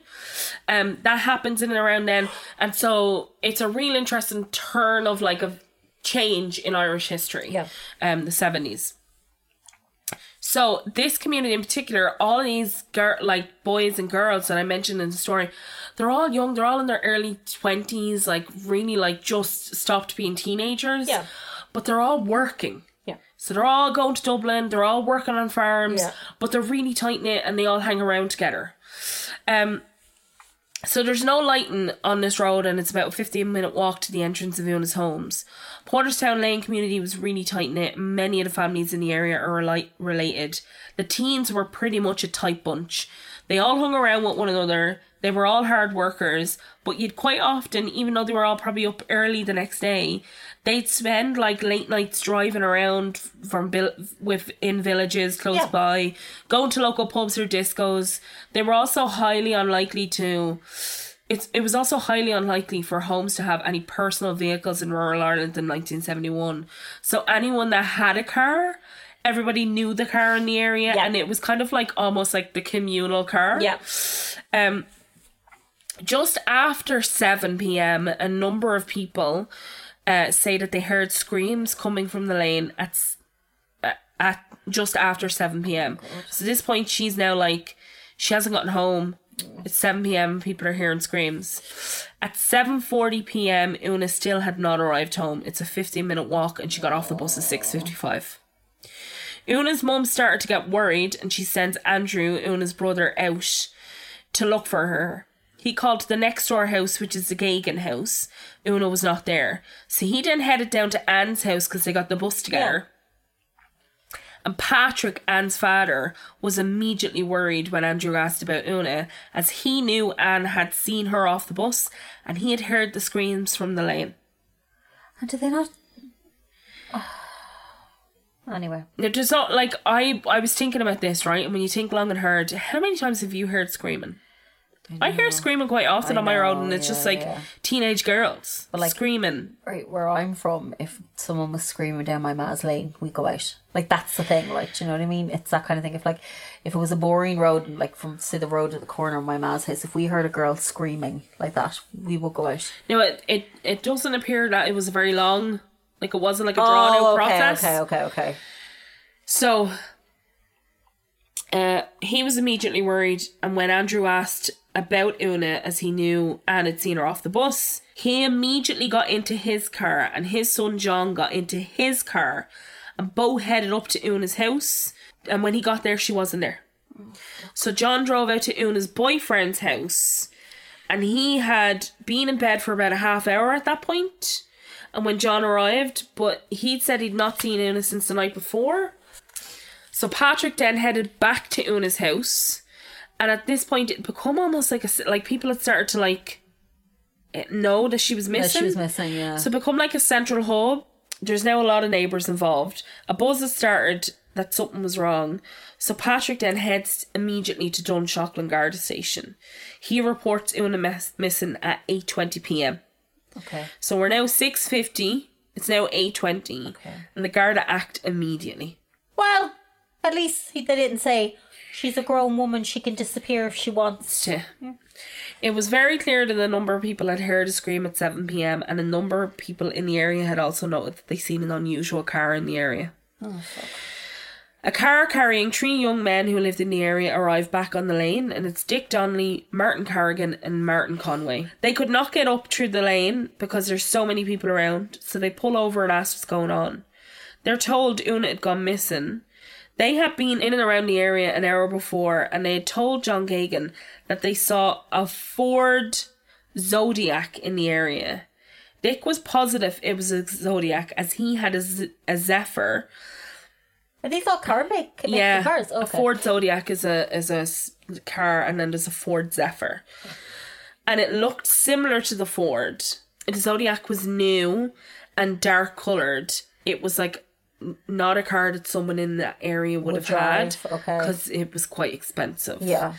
Um, that happens in and around then, and so it's a real interesting turn of like of change in Irish history. Yeah. Um, the seventies. So this community in particular, all these girl like boys and girls that I mentioned in the story, they're all young. They're all in their early twenties, like really like just stopped being teenagers. Yeah. But they're all working. Yeah. So they're all going to Dublin, they're all working on farms, Yeah. but they're really tight knit and they all hang around together. Um so there's no lighting on this road and it's about a 15 minute walk to the entrance of Una's homes. Porterstown Lane community was really tight knit. Many of the families in the area are reli- related. The teens were pretty much a tight bunch. They all hung around with one another. They were all hard workers, but you'd quite often, even though they were all probably up early the next day, they'd spend like late nights driving around from vil- within villages close Yeah. by, going to local pubs or discos. They were also highly unlikely to. It's, it was also highly unlikely for homes to have any personal vehicles in rural Ireland in 1971. So anyone that had a car, everybody knew the car in the area, Yeah. and it was kind of like almost like the communal car. Yeah. Um, just after 7 p.m., a number of people uh, say that they heard screams coming from the lane at s- uh, at just after 7 p.m. So at this point, she's now like, she hasn't gotten home. It's 7 p.m. People are hearing screams. At 7:40 p.m., Una still had not arrived home. It's a 15-minute walk, and she got off the bus at 6:55. Una's mum started to get worried and she sends Andrew, Una's brother, out to look for her. He called the next door house, which is the Gagan house. Una was not there. So he then headed down to Anne's house because they got the bus together. And Patrick, Anne's father, was immediately worried when Andrew asked about Una, as he knew Anne had seen her off the bus and he had heard the screams from the lane. And do they not? (sighs) Anyway, Now, there's not like I I was thinking about this right, and when you think long and hard, how many times have you heard screaming? I, hear screaming quite often on my road, and it's just like teenage girls like- screaming. Right, where I'm from, if someone was screaming down my ma's lane, we go out. Like that's the thing, like do you know what I mean? It's that kind of thing. If like if it was a boring road and like from say the road at the corner of my ma's house, if we heard a girl screaming like that, we would go out. Now it, it it doesn't appear that it was very long, like it wasn't like a drawn out process. Oh, okay, okay, okay. So uh, he was immediately worried, and when Andrew asked about Una, as he knew Anne had seen her off the bus, he immediately got into his car, and his son John got into his car, and Bo headed up to Una's house. And when he got there, she wasn't there. So John drove out to Una's boyfriend's house, and he had been in bed for about a half hour at that point. And when John arrived, but he'd said he'd not seen Una since the night before. So Patrick then headed back to Una's house, and at this point, it become almost like a s- like people had started to like eh, know that she was That missing. she was missing, yeah. So become like a central hub. There's now a lot of neighbours involved. A buzz has started that something was wrong. So Patrick then heads immediately to Dunshaughlin Garda Station. He reports Una miss- missing at 8:20 p.m. okay. So we're now 6:50. It's now 8:20, and the Garda act immediately. Well, at least he- they didn't say she's a grown woman; she can disappear if she wants. Yeah. It was very clear that a number of people had heard a scream at 7 pm, and a number of people in the area had also noted that they seen an unusual car in the area. A car carrying three young men who lived in the area arrived back on the lane, and it's Dick Donnelly, Martin Carrigan, and Martin Conway. They could not get up through the lane because there's so many people around, so they pull over and ask what's going on. They're told Una had gone missing, they had been in and around the area an hour before, and they had told John Gagan that they saw a Ford Zodiac in the area. Dick was positive it was a Zodiac, as he had a, Z- a Zephyr. Are these all car make? make yeah, cars. a Okay. Ford Zodiac is a is a s- car, and then there's a Ford Zephyr, and it looked similar to the Ford. The Zodiac was new and dark colored. It was like n- not a car that someone in that area would, Would have had drive, okay. because it was quite expensive. yeah.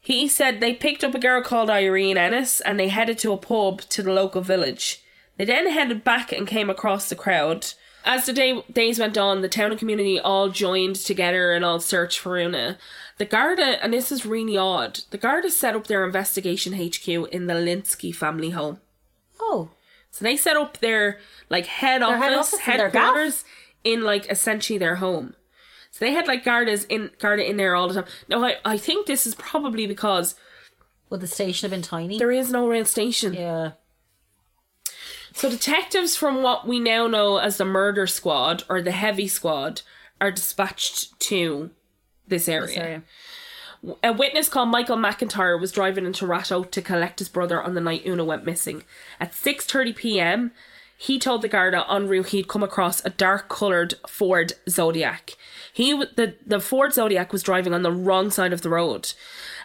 He said they picked up a girl called Irene Ennis and they headed to a pub to the local village. They then headed back and came across the crowd. As the day, days went on, the town and community all joined together and all searched for Una. The Garda, and this is really odd, the Garda set up their investigation HQ in the Linsky family home. Oh, So they set up their like head office, head office and their gaff. headquarters in like essentially their home. So they had like Garda's in Garda in there all the time. Now I, I think this is probably because Would the station have been tiny? there is no rail station. yeah. So detectives from what we now know as the murder squad or the heavy squad are dispatched to this area. area. A witness called Michael McIntyre was driving into Ratto to collect his brother on the night Una went missing. At 6:30 p.m., he told the Garda en route he'd come across a dark-colored Ford Zodiac. He w- the the Ford Zodiac was driving on the wrong side of the road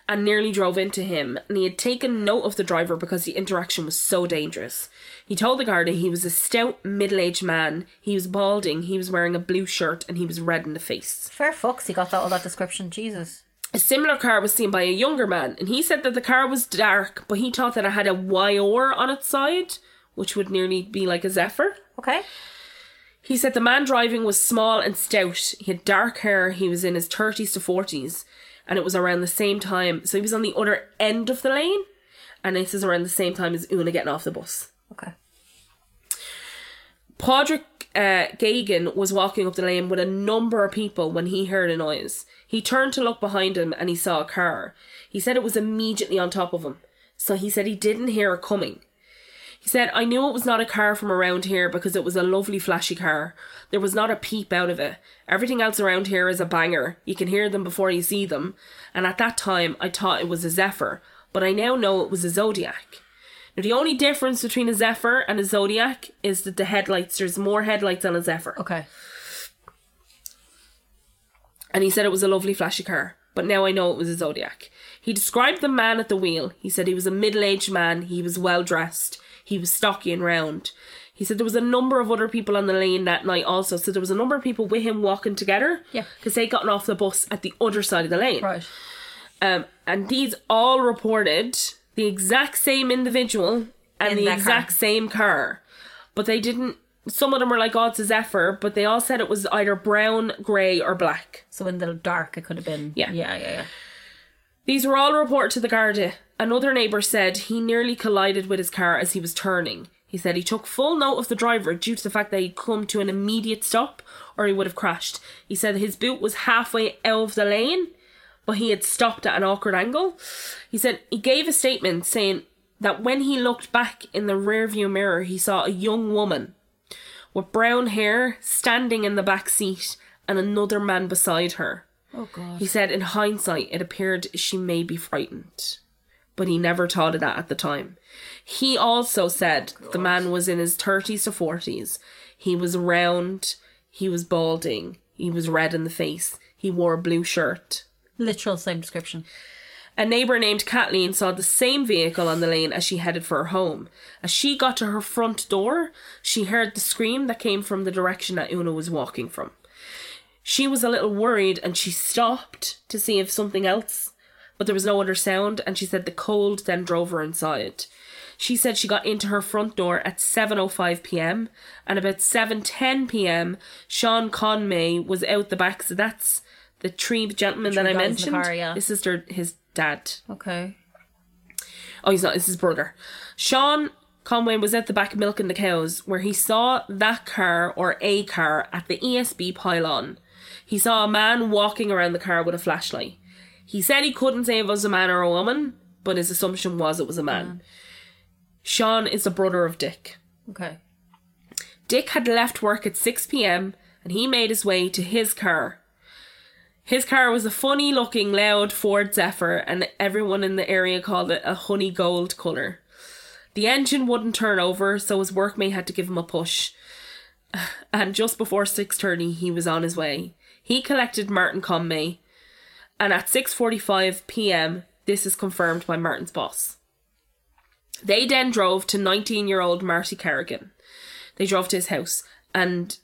and nearly drove into him, and he had taken note of the driver because the interaction was so dangerous. He told the Garda he was a stout, middle-aged man. He was balding, he was wearing a blue shirt, and he was red in the face. Fair fucks, he got that all that description. Jesus. A similar car was seen by a younger man, and he said that the car was dark, but he thought that it had a YOR on its side, which would nearly be like a Zephyr. Okay. He said the man driving was small and stout. He had dark hair, he was in his 30s to 40s, and it was around the same time. So he was on the other end of the lane, and this is around the same time as Una getting off the bus. Okay. Padraig uh, Gagan was walking up the lane with a number of people when he heard a noise. He turned to look behind him and he saw a car. He said it was immediately on top of him. So he said he didn't hear it coming. He said, I knew it was not a car from around here because it was a lovely, flashy car. There was not a peep out of it. Everything else around here is a banger. You can hear them before you see them. And at that time, I thought it was a Zephyr, but I now know it was a Zodiac. Now, the only difference between a Zephyr and a Zodiac is that the headlights, there's more headlights on a Zephyr. Okay. And he said it was a lovely, flashy car, but now I know it was a Zodiac. He described the man at the wheel. He said he was a middle aged man, he was well dressed, he was stocky and round. He said there was a number of other people on the lane that night also, so there was a number of people with him walking together. Yeah. Because they'd gotten off the bus at the other side of the lane. Right. Um, and these all reported the exact same individual and In the that car. exact same car. But they didn't. Some of them were like, oh, it's a Zephyr, but they all said it was either brown, grey, or black. So in the dark, it could have been. Yeah. Yeah, yeah, yeah. These were all reported to the Garda. Another neighbour said he nearly collided with his car as he was turning. He said he took full note of the driver due to the fact that he'd come to an immediate stop or he would have crashed. He said his boot was halfway out of the lane, but he had stopped at an awkward angle. He said he gave a statement saying that when he looked back in the rearview mirror, he saw a young woman with brown hair standing in the back seat and another man beside her. Oh, God. He said, in hindsight, it appeared she may be frightened, but he never thought of that at the time. He also said the man was in his 30s to 40s. He was round, he was balding, he was red in the face, he wore a blue shirt. Literal same description. A neighbour named Kathleen saw the same vehicle on the lane as she headed for her home. As she got to her front door, she heard the scream that came from the direction that Una was walking from. She was a little worried and she stopped to see if something else, but there was no other sound and she said the cold then drove her inside. She said she got into her front door at 7:05 p.m. and about 7:10 p.m. Sean Conmay was out the back so that's the three gentlemen that guys I in the mentioned. car, yeah. This is their, his dad. Okay. Oh, he's not. It's his brother. Sean Conway was at the back milking the cows where he saw that car or a car at the ESB pylon. He saw a man walking around the car with a flashlight. He said he couldn't say if it was a man or a woman, but his assumption was it was a man. Sean is the brother of Dick. Okay. Dick had left work at 6 pm and he made his way to his car. His car was a funny looking, loud Ford Zephyr, and everyone in the area called it a honey gold colour. The engine wouldn't turn over, so his workmate had to give him a push. And just before 6.30, he was on his way. He collected Martin Conmay, and at 6.45pm, this is confirmed by Martin's boss. They then drove to 19-year-old Marty Kerrigan they drove to his house and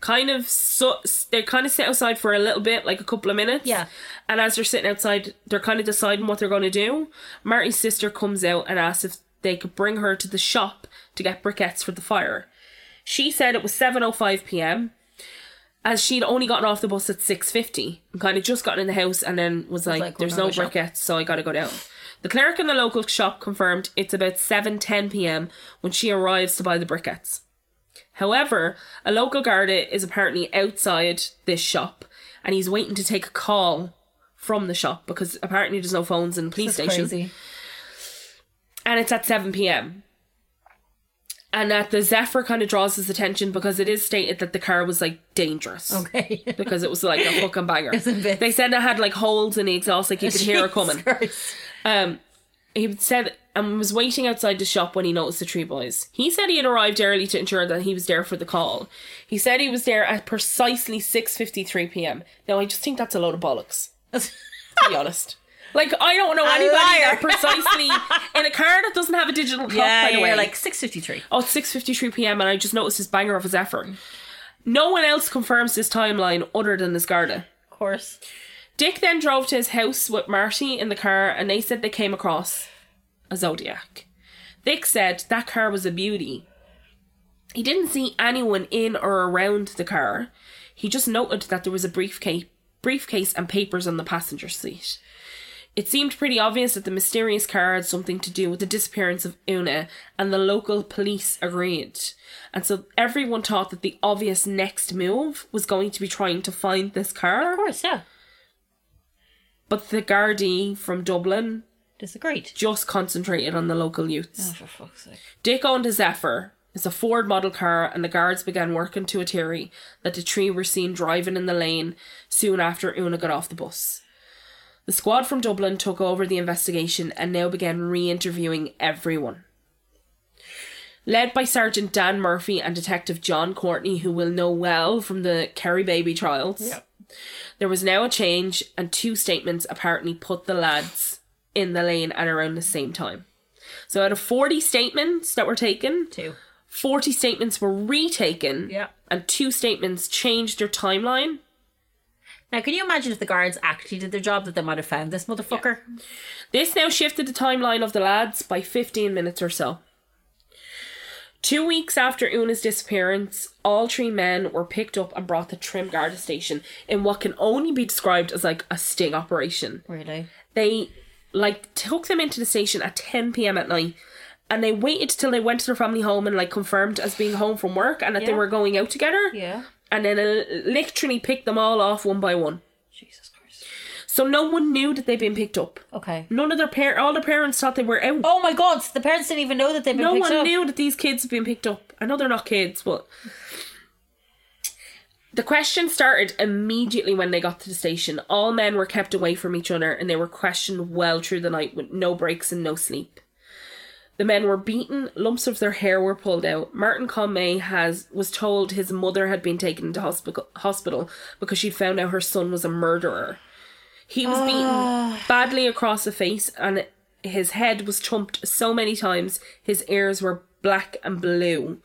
kind of so they kind of sit outside for a little bit like a couple of minutes Yeah. and as they're sitting outside they're kind of deciding what they're going to do marty's sister comes out and asks if they could bring her to the shop to get briquettes for the fire she said it was 7.05 p.m as she'd only gotten off the bus at 6.50 and kind of just gotten in the house and then was like, like, we're there's gonna no go shop." briquettes so i gotta go down The clerk in the local shop confirmed it's about 7:10 p.m. when she arrives to buy the briquettes. However, a local Garda is apparently outside this shop and he's waiting to take a call from the shop because apparently there's no phones in the police That's station. crazy. (laughs) And it's at 7 p.m. And that the Zephyr kind of draws his attention because it is stated that the car was like dangerous. Okay. Because it was like a fucking banger. (laughs) in bits. They said it had like holes in the exhaust, like you (laughs) could hear it coming. Um, he said and was waiting outside the shop when he noticed the three boys. He said he had arrived early to ensure that he was there for the call. He said he was there at precisely six fifty three p.m. Now I just think that's a load of bollocks. (laughs) To be honest. Like I don't know anybody that liar. (laughs) precisely in a car that doesn't have a digital clock. Yeah, by the yeah, way, like 653. oh, it's 6.53 p.m. and I just noticed his banger of his effort. No one else confirms this timeline other than this Garda. Of course. Dick then drove to his house with Marty in the car and they said they came across a Zodiac. Dick said that car was a beauty. He didn't see anyone in or around the car. He just noted that there was a briefcase, briefcase and papers on the passenger seat. It seemed pretty obvious that the mysterious car had something to do with the disappearance of Una, and the local police agreed. And so everyone thought that the obvious next move was going to be trying to find this car. Of course, yeah. But the Gardaí from Dublin Disagreed. Oh, just concentrated on the local youths. Oh. For fuck's sake. Dick owned a Zephyr. It's a Ford model car, and the guards began working to a theory that the three were seen driving in the lane soon after Una got off the bus. The squad from Dublin took over the investigation and now began re interviewing everyone. Led by Sergeant Dan Murphy and Detective John Courtney, who we'll know well from the Kerry Baby trials, there was now a change, and two statements apparently put the lads in the lane at around the same time. So out of 40 statements that were taken, Two. 40 statements were retaken, Yeah. and two statements changed their timeline. Now, can you imagine if the guards actually did their job that they might have found this motherfucker? This now shifted the timeline of the lads by 15 minutes or so. Two weeks after Una's disappearance, all three men were picked up and brought to Trimgarda station in what can only be described as like a sting operation. Really? they like took them into the station at 10 p.m. at night and they waited till they went to their family home and like confirmed as being home from work and that they Yeah. were going out together Yeah. and then uh, literally picked them all off one by one. Jesus Christ. So no one knew that they'd been picked up. Okay. None of their par- all their parents thought they were out. Oh my god, so the parents didn't even know that they'd been no picked one up. knew that these kids had been picked up. I know they're not kids, but the question started immediately when they got to the station. All men were kept away from each other and they were questioned well through the night with no breaks and no sleep. The men were beaten, lumps of their hair were pulled out. Martin Conmay has was told his mother had been taken into hospital hospital because she found out her son was a murderer. He was Ah. beaten badly across the face and his head was chumped so many times his ears were black and blue.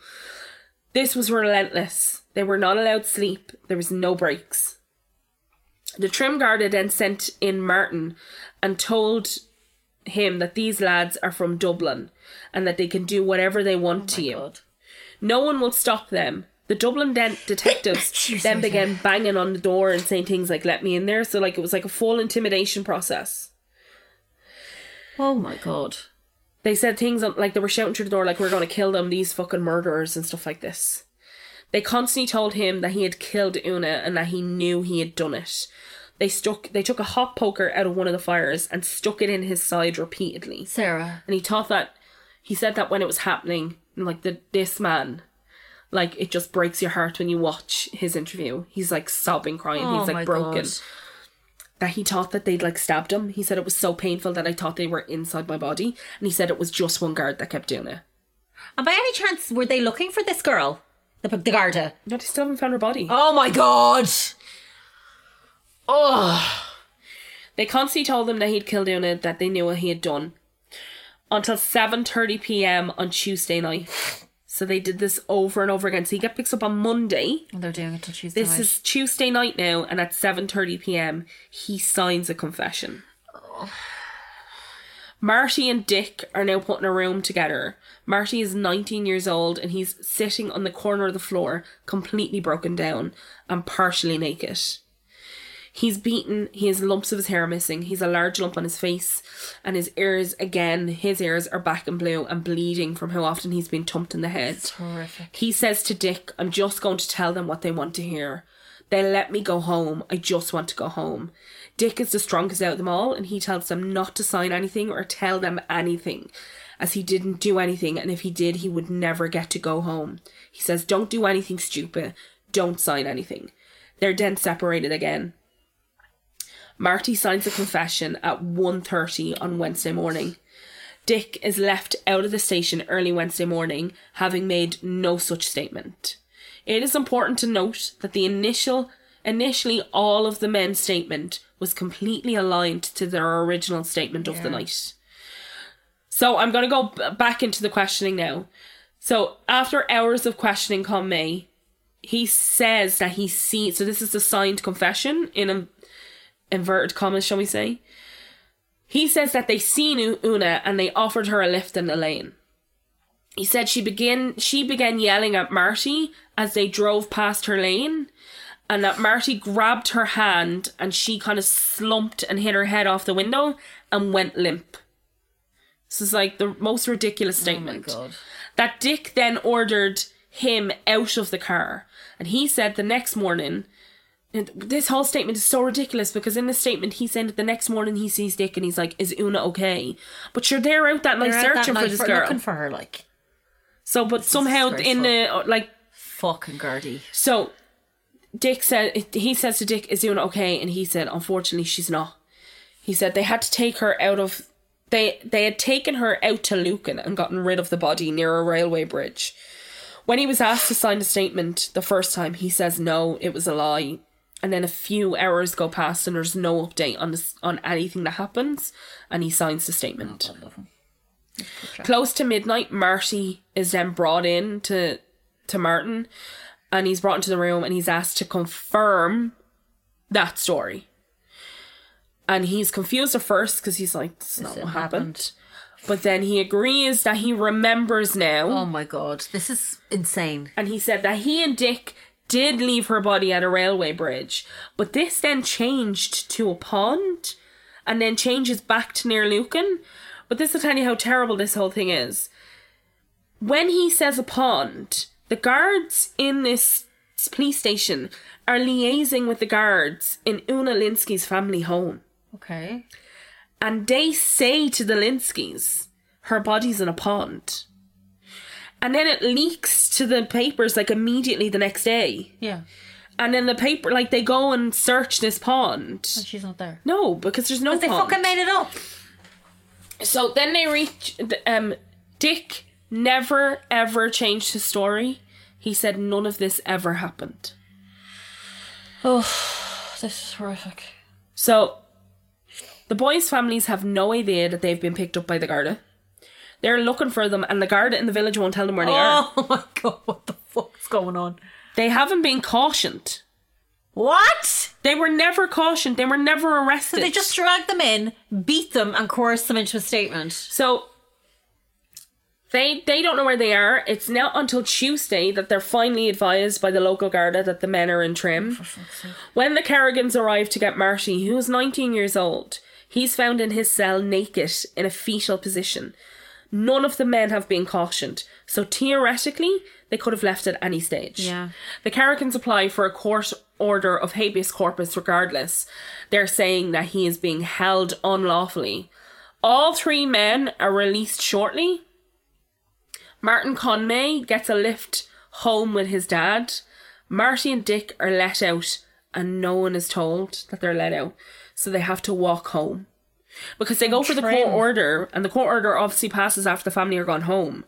This was relentless. They were not allowed sleep. There was no breaks. The trim guard had then sent in Martin and told him that these lads are from Dublin and that they can do whatever they want to you. God. No one will stop them. The Dublin den- detectives then began banging on the door and saying things like, let me in there. So, like, it was like a full intimidation process. Oh my god. They said things on- like they were shouting through the door, like, we're going to kill them, these fucking murderers, and stuff like this. They constantly told him that he had killed Una and that he knew he had done it. They stuck, they took a hot poker out of one of the fires and stuck it in his side repeatedly. Sarah. and he thought that he said that when it was happening like the this man like it just breaks your heart when you watch his interview he's like sobbing crying Oh he's my like broken God. that he thought that they'd like stabbed him he said it was so painful that i thought they were inside my body and he said it was just one guard that kept doing it And by any chance, were they looking for this girl? The, the Garda? no they still haven't found her body Oh my god! Oh. They constantly told them that he'd killed Una, that they knew what he had done. Until 7.30 p.m. on Tuesday night. So they did this over and over again. So he get picked up on Monday. They're doing it till Tuesday This is Tuesday night now, and at 7:30 p.m., he signs a confession. (sighs) Marty and Dick are now put in a room together. Marty is 19 years old and he's sitting on the corner of the floor, completely broken down and partially naked. He's beaten. He has lumps of his hair missing. He's a large lump on his face, and his ears again. His ears are black and blue and bleeding from how often he's been thumped in the head. horrific. He says to Dick, "I'm just going to tell them what they want to hear. They let me go home. I just want to go home." Dick is the strongest out of them all, and he tells them not to sign anything or tell them anything, as he didn't do anything, and if he did, he would never get to go home. He says, Don't do anything stupid. Don't sign anything. They're then separated again. Marty signs a confession at 1.30 on Wednesday morning. Dick is left out of the station early Wednesday morning, having made no such statement. It is important to note that the initial initially all of the men's statement was completely aligned to their original statement of the night. So I'm going to go b- back into the questioning now. So after hours of questioning come May, he says that he sees so this is the signed confession in a, inverted commas, shall we say. He says that they seen U- Una and they offered her a lift in the lane. He said she began she began yelling at Marty as they drove past her lane, and that Marty grabbed her hand and she kind of slumped and hit her head off the window and went limp. This is like the most ridiculous statement God. that Dick then ordered him out of the car. And he said the next morning, and this whole statement is so ridiculous because in the statement he said that the next morning he sees Dick and he's like, "Is Una okay?" But sure, they're out that night They're out that searching for night this for- girl. Looking for her, like so, but somehow in the uh, like fucking Gertie. so Dick said he says to Dick, "Is doing okay?" And he said, "Unfortunately, she's not." He said they had to take her out of they they had taken her out to Lucan and gotten rid of the body near a railway bridge. When he was asked to sign a statement the first time, he says no, it was a lie. And then a few hours go past and there's no update on this, on anything that happens, and he signs the statement. Close to midnight, Marty is then brought in to to Martin, and he's brought into the room and he's asked to confirm that story. And he's confused at first because he's like, "This is not it what happened." happened." But then he agrees that he remembers now, Oh my god, this is insane. and he said that he and Dick did leave her body at a railway bridge, but this then changed to a pond, and then changes back to near Lucan. But this will tell you how terrible this whole thing is when he says a pond, the guards in this police station are liaising with the guards in Una Linsky's family home. Okay. And they say to the Linskys, her body's in a pond. And then it leaks to the papers like immediately the next day. Yeah. And then the paper, like they go and search this pond. She's not there. No, because there's no They pond. fucking made it up. So then they reach. th- Um, Dick never ever changed his story. He said none of this ever happened. Oh, this is horrific. So the boys' families have no idea that they've been picked up by the Garda. They're looking for them, and the Garda in the village won't tell them where they are. Oh (laughs) my god, what the fuck's going on? They haven't been cautioned. What? They were never cautioned. They were never arrested. They just dragged them in, beat them, and coerced them into a statement. So they they don't know where they are. It's not until Tuesday that they're finally advised by the local Garda that the men are in trim. When the Kerrigans arrive to get Marty, who is 19 years old, he's found in his cell naked in a fetal position. None of the men have been cautioned, so theoretically they could have left at any stage. Yeah. The Kerrigans apply for a court order of habeas corpus regardless. They're saying that he is being held unlawfully. All three men are released shortly. Martin Conmay gets a lift home with his dad. Marty and Dick are let out, and no one is told that they're let out. So they have to walk home. Because they go for the court Trim. order, and the court order obviously passes after the family are gone home.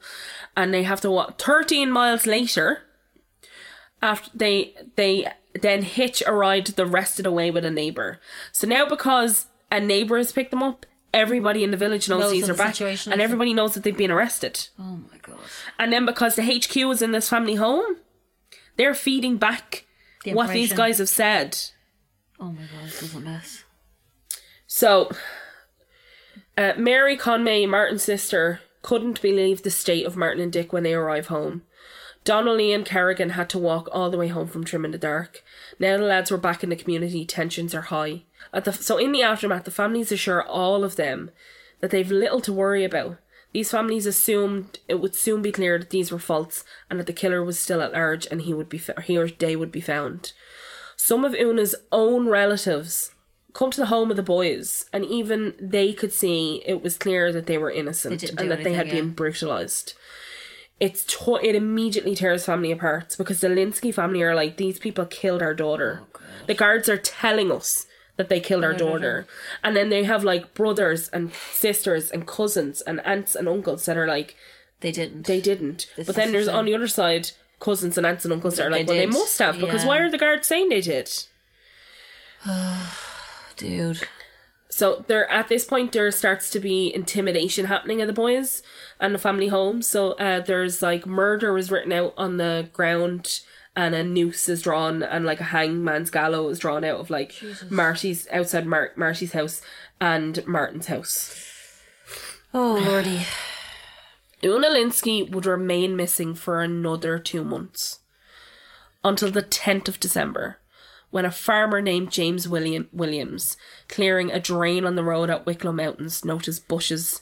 And they have to walk 13 miles later. After they they then hitch a ride the rest of the way with a neighbor. So now because a neighbor has picked them up, everybody in the village knows, Knows these of are the back, situation, and I think. everybody knows that they've been arrested. Oh my god. And then because the HQ is in this family home, they're feeding back The what these information. guys have said. Oh my god, this is a mess. So, uh, Mary Conmay, Martin's sister, couldn't believe the state of Martin and Dick when they arrive home. Donnelly and Kerrigan had to walk all the way home from Trim in the Dark. Now the lads were back in the community, tensions are high. At the, so, in the aftermath, the families assure all of them that they've little to worry about. These families assumed it would soon be clear that these were false and that the killer was still at large and he would be fo- he or they would be found. Some of Una's own relatives come to the home of the boys, and even they could see it was clear that they were innocent didn't do and that they had anything, yeah. been brutalized. It's to- it immediately tears family apart because the Linsky family are like these people killed our Oh, daughter. the guards are telling us that they killed Mm-hmm. our daughter, and then they have like brothers and sisters and cousins and aunts and uncles that are like They didn't. they didn't. but is then the there's thing. on the other side cousins and aunts and uncles that are They like, well, did. they must have because Yeah. why are the guards saying they did? Dude. So there at this point there starts to be intimidation happening of the boys and the family home. So uh, there's like murder is written out on the ground and a noose is drawn and like a hangman's gallow is drawn out of like Marty's outside Mar- Marty's house and Martin's house. Oh, (sighs) Lordy. Una Linsky would remain missing for another two months until the 10th of December when a farmer named James William Williams, clearing a drain on the road at Wicklow Mountains, noticed bushes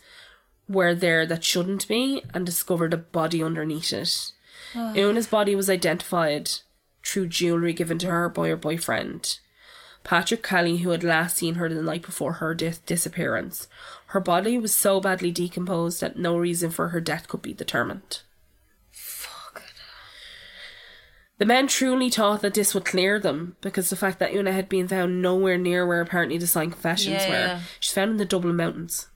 were there that shouldn't be and discovered a body underneath it. Una's body was identified through jewellery given to her by her boyfriend. Patrick Kelly, who had last seen her the night before her dis- disappearance. Her body was so badly decomposed that no reason for her death could be determined. Fuck. The men truly thought that this would clear them because the fact that Una had been found nowhere near where apparently the signed confessions Yeah, were. yeah. She's found in the Dublin Mountains.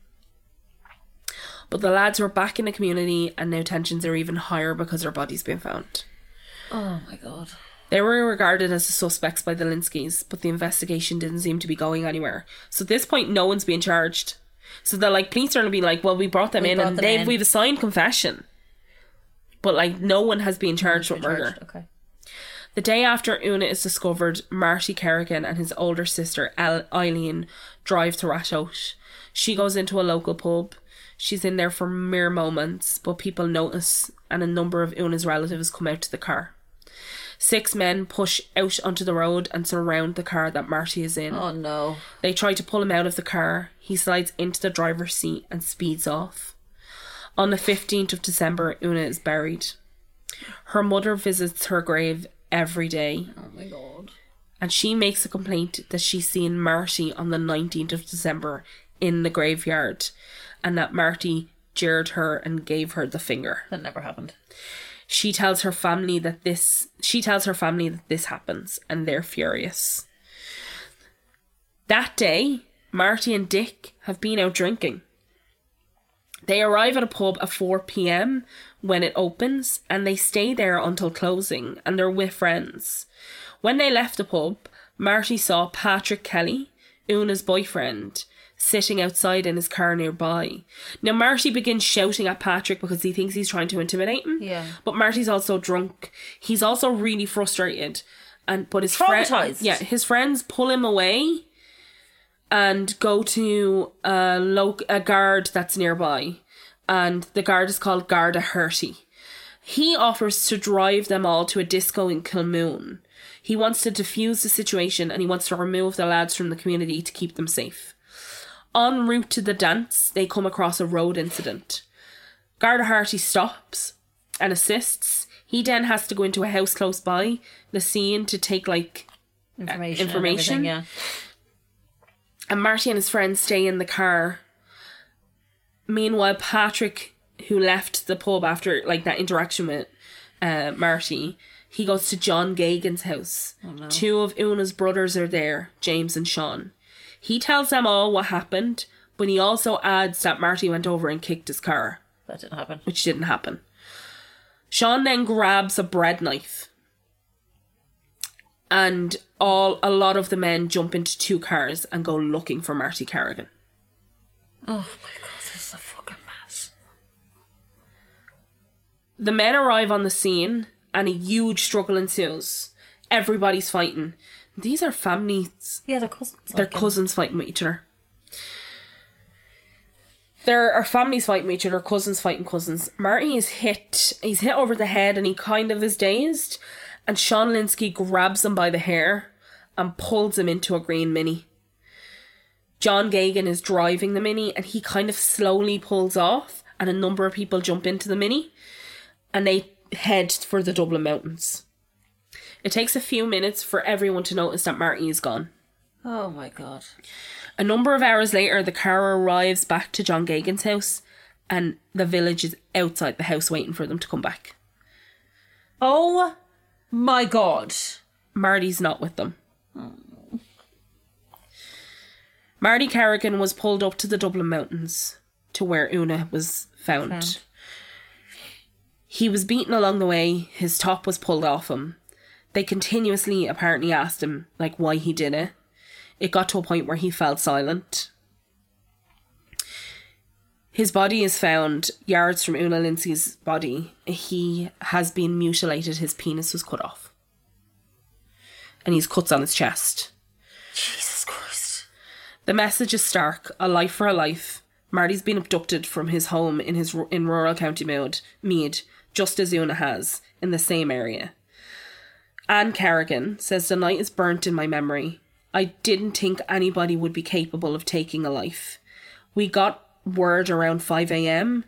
But the lads were back in the community and now tensions are even higher because her body's been found. Oh, my God. They were regarded as the suspects by the Linskys, but the investigation didn't seem to be going anywhere. So at this point, no one's being charged. So the like police are gonna be like, well, we brought them We in brought and them they in. we've assigned confession, but like no one has been charged with murder. Charged, Okay. The day after Una is discovered, Marty Kerrigan and his older sister Al- Eileen drive to Ratout. She goes into a local pub. She's in there for mere moments, but people notice, and a number of Una's relatives come out to the car. Six men push out onto the road and surround the car that Marty is in. Oh, no. They try to pull him out of the car. He slides into the driver's seat and speeds off. On the 15th of December, Una is buried. Her mother visits her grave every day, Oh, my God. and she makes a complaint that she's seen Marty on the 19th of December in the graveyard, and that Marty jeered her and gave her the finger That never happened. she tells her family that this she tells her family that this happens and they're furious that day marty and dick have been out drinking they arrive at a pub at 4 p.m when it opens and they stay there until closing and they're with friends when they left the pub marty saw patrick kelly una's boyfriend sitting outside in his car nearby now marty begins shouting at patrick because he thinks he's trying to intimidate him Yeah. but Marty's also drunk. He's also really frustrated, and but his friends, Traumatized. yeah, his friends pull him away, and go to a lo- a guard that's nearby, and the guard is called Garda Herty. He offers to drive them all to a disco in Kilmoon. He wants to defuse the situation and he wants to remove the lads from the community to keep them safe. En route to the dance, they come across a road incident. Garda Harty stops and assists. He then has to go into a house close by the scene to take like Uh, Information. and information. everything, yeah. and Marty and his friends stay in the car. Meanwhile, Patrick, who left the pub after like that interaction with uh, Marty, he goes to John Gagan's house. Two of Una's brothers are there, James and Sean. He tells them all what happened, but he also adds that Marty went over and kicked his car That didn't happen. which didn't happen. Sean then grabs a bread knife, and all a lot of the men jump into two cars and go looking for Marty Carrigan. Oh, my God. This is a fucking mess. The men arrive on the scene, and a huge struggle ensues. Everybody's fighting. These are families; Yeah, they're cousins. they're like, and- cousins fighting with each other. There are families fighting each other, cousins fighting cousins. Marty is hit. He's hit over the head and he kind of is dazed. And Sean Linsky grabs him by the hair and pulls him into a green mini. John Gagan is driving the mini and he kind of slowly pulls off, and a number of people jump into the mini and they head for the Dublin Mountains. It takes a few minutes for everyone to notice that Marty is gone. Oh my god. A number of hours later, the car arrives back to John Gagan's house, and the village is outside the house waiting for them to come back. Oh my god. Marty's not with them. Marty Carrigan was pulled up to the Dublin Mountains to where Una was found. He was beaten along the way, his top was pulled off him. They continuously apparently asked him like why he did it. It got to a point where he fell silent. His body is found yards from Una Lindsay's body. He has been mutilated, his penis was cut off and he's cuts on his chest. Jesus Christ. The message is stark: a life for a life. Marty's been abducted from his home in his in rural County Mead, Mead, just as Una has in the same area. Anne Carrigan says the night is burnt in my memory. I didn't think anybody would be capable of taking a life. We got word around five a.m.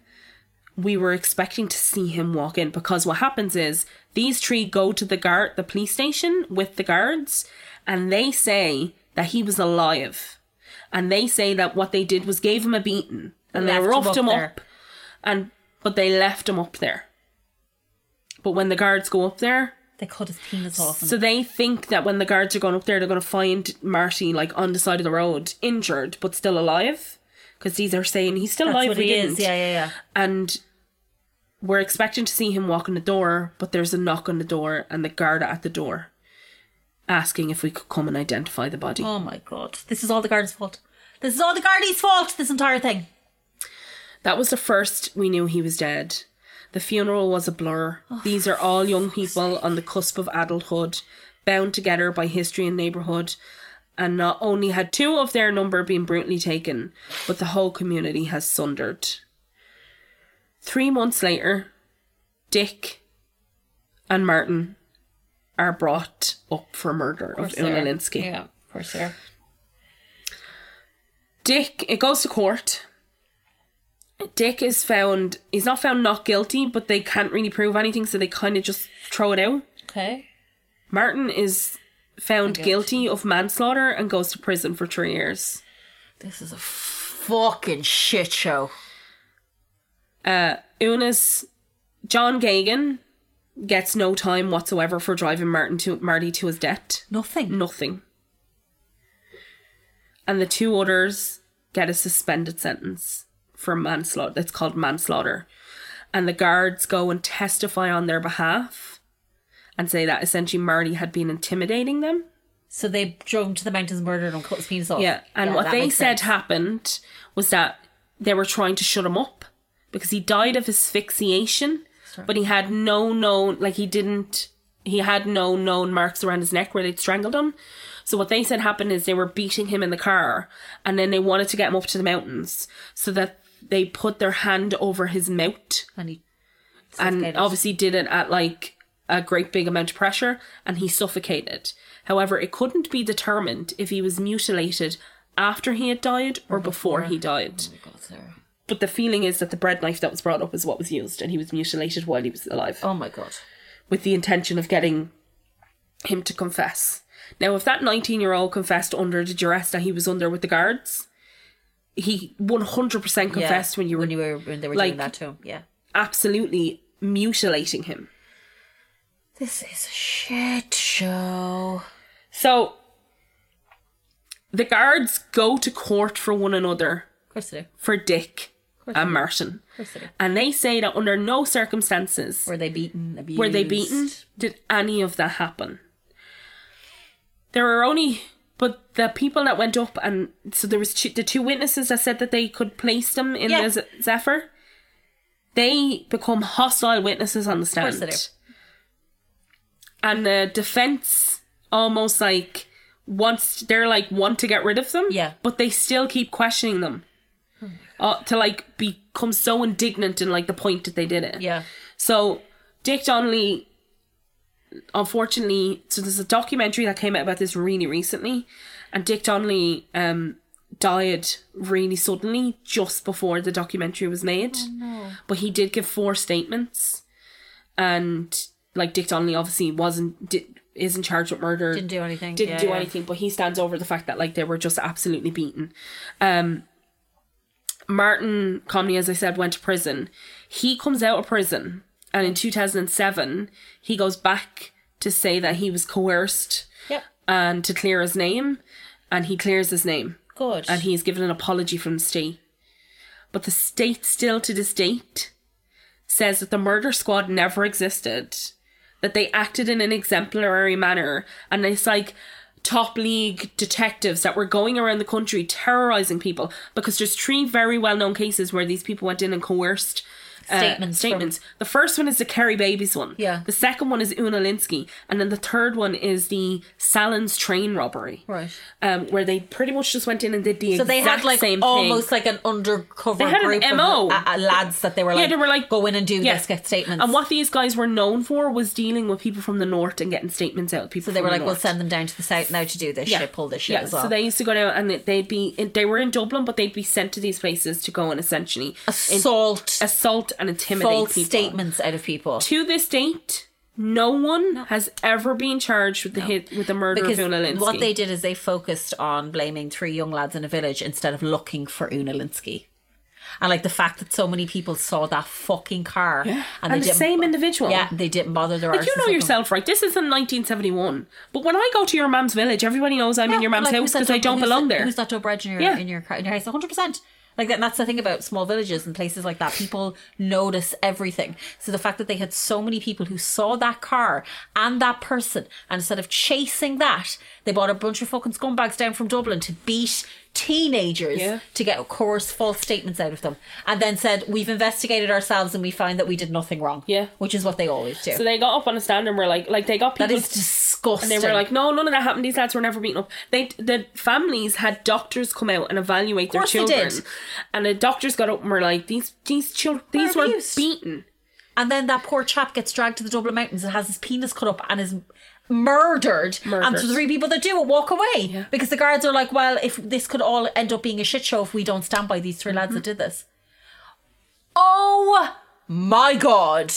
We were expecting to see him walk in because what happens is these three go to the guard, the police station with the guards, and they say that he was alive, and they say that what they did was gave him a beating and they Left him roughed up him there. up, and but they left him up there. But when the guards go up there, They cut his penis off. (laughs) him. so they think that when the guards are going up there, they're going to find Marty like on the side of the road, injured but still alive, because these are saying he's still That's alive. what we it is. didn't Yeah, yeah, yeah. and we're expecting to see him walk in the door, but there's a knock on the door and the guard at the door asking if we could come and identify the body. Oh my god. This is all the guard's fault. This is all the guardie's fault, this entire thing. That was the first we knew he was dead. The funeral was a blur. Oh, These are all young people on the cusp of adulthood, bound together by history and neighbourhood, and not only had two of their number been brutally taken, but the whole community has sundered. Three months later, Dick and Martin are brought up for murder of, course they Una are. Linsky. Yeah, of course they are. Dick, it goes to court. Dick is found, he's not found not guilty, but they can't really prove anything, so they kind of just throw it out. Okay. Martin is found Guilty. guilty of manslaughter and goes to prison for three years. This is a fucking shit show. Uh, Una's John Gagan gets no time whatsoever for driving Martin to Marty to his death. Nothing. Nothing. And the two others get a suspended sentence for manslaughter. That's called manslaughter. And the guards go and testify on their behalf and say that essentially Marty had been intimidating them. So they drove him to the mountains, murdered him, cut his penis off. Yeah, and what that they makes said sense. happened was that they were trying to shut him up because he died of asphyxiation, but he had no known, like he didn't, he had no known marks around his neck where they'd strangled him. So what they said happened is they were beating him in the car, and then they wanted to get him up to the mountains so that they put their hand over his mouth And he and Suffocated. obviously did it at like a great big amount of pressure and he suffocated. However, it couldn't be determined if he was mutilated after he had died or before he died. God, Sarah. But the feeling is that the bread knife that was brought up is what was used and he was mutilated while he was alive Oh my god. with the intention of getting him to confess. Now, if that 19 year old confessed under the duress that he was under with the guards, he 100% confessed Yeah, when you were when you were when they were like- doing that to him. Yeah. absolutely mutilating him. This is a shit show. So the guards go to court for one another Of course they do. Of for Dick and Martin. course they do. And they say that under no circumstances Were they beaten? Abused? were they beaten did any of that happen. There are only but the people that went up and so there was two, the two witnesses that said that they could place them in Yeah. the Z- Zephyr. They become hostile witnesses on the stand. course they do. And the defense almost like wants they're like want to get rid of them. Yeah. Hmm. But they still keep questioning them. uh, to like become so indignant in like the point that they did it. So Dick Donnelly, unfortunately, so there's a documentary that came out about this really recently, and Dick Donnelly um died really suddenly just before the documentary was made. But he did give four statements, and like Dick Donnelly obviously wasn't did, isn't charged with murder. Didn't do anything. Didn't Yeah, do yeah. anything. But he stands over the fact that like they were just absolutely beaten. Um. Martin Comney, as I said, went to prison. He comes out of prison, and in 2007, he goes back to say that he was coerced Yep. and to clear his name, and he clears his name, Good. and he is given an apology from the state. But the state still to this date says that the murder squad never existed, that they acted in an exemplary manner, and it's like top league detectives that were going around the country terrorizing people because there's three very well known cases where these people went in and coerced uh, Statements from- statements. The first one is the Kerry Babies one. Yeah. The second one is Una Linsky, and then the third one is the Salins train robbery. Right. Um, where they pretty much just went in and did the So they had exact like same almost thing. like an undercover They had an group MO. of uh, uh, lads that they were like, yeah, they were like go in and do yeah. this, get statements. And what these guys were known for was dealing with people from the north and getting statements out. of People so they from were the like, we'll north. send them down to the south now to do this shit, pull this shit yeah. as well. So they used to go down and they'd be they were in Dublin, but they'd be sent to these places to go and essentially assault, assault and intimidate false people. statements out of people. To this date, no one has ever been charged with the hit with the murder Because of Una Linsky. what they did is they focused on blaming three young lads in a village instead of looking for Una Linsky. And like the fact that so many people saw that fucking car and, and they the didn't, same individual. yeah, they didn't bother their Like you arses know with them. yourself, right? This is in 1971. But when I go to your mum's village, everybody knows I'm in your Yeah, mum's like, house who's that because I dub- don't who's belong that- there. Who's that dub red in your Yeah. in your car- in your house? One hundred percent. Like that, and that's the thing about small villages and places like that. People notice everything. So the fact that they had so many people who saw that car and that person, and instead of chasing that, they bought a bunch of fucking scumbags down from Dublin to beat teenagers Yeah. to get, of course, false statements out of them, and then said, "We've investigated ourselves and we find that we did nothing wrong." Yeah. which is what they always do. So they got up on a stand and were like, like they got people. that is disgusting. and they were like, no, none of that happened. These lads were never beaten up. They, the families had doctors come out and evaluate their course they did. children, and the doctors got up and were like, these, these children, these were abused. beaten. And then that poor chap gets dragged to the Dublin Mountains and has his penis cut up and is murdered. And Murdered. the three people that do it walk away because the guards are like, well, if this could all end up being a shit show if we don't stand by these 3 lads Mm-hmm. that did this. Oh my god.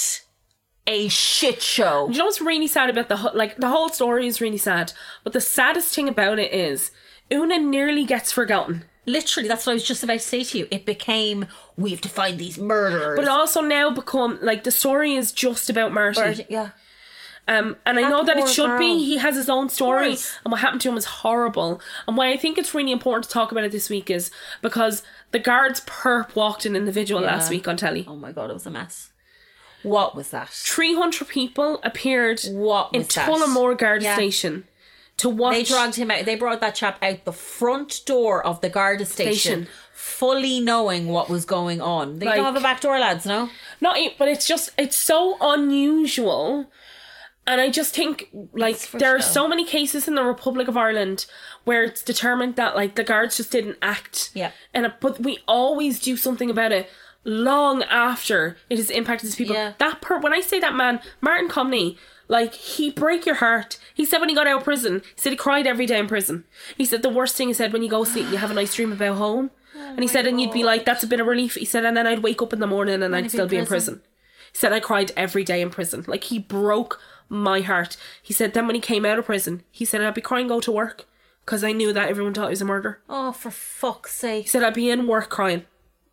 A shit show. Do you know what's really sad about the whole, like the whole story is really sad, but the saddest thing about it is Una nearly gets forgotten. Literally, that's what I was just about to say to you. It became, we have to find these murderers. But it also now become like the story is just about Marty. yeah. Um, and I know that it poor should girl. be. He has his own story, course. and what happened to him is horrible. And why I think it's really important to talk about it this week is because the guards perp walked an individual last week on telly. Oh my god, it was a mess. What was that? 300 people appeared What in was that? Tullamore Guard Yeah. Station to watch. They dragged him out. They brought that chap out the front door of the Garda station, Station. fully knowing what was going on. They Like- don't have a back door, lads. No, Not it, but it's just, it's so unusual. And I just think, like, there are sure. so many cases in the Republic of Ireland where it's determined that, like, the guards just didn't act. Yeah. And it, but we always do something about it long after it has impacted these people. Yeah. That per- when I say that man, Martin Comney, like he break your heart. He said when he got out of prison, he said he cried every day in prison. He said the worst thing he said when you go sleep, you have a nice dream about home. Oh and he said, and you'd be like, that's a bit of relief. He said, and then I'd wake up in the morning and I'd still be in prison. He said I cried every day in prison. Like he broke my heart. He said then when he came out of prison, he said I'd be crying go to work because I knew that everyone thought he was a murderer. Oh, for fuck's sake! He said I'd be in work crying.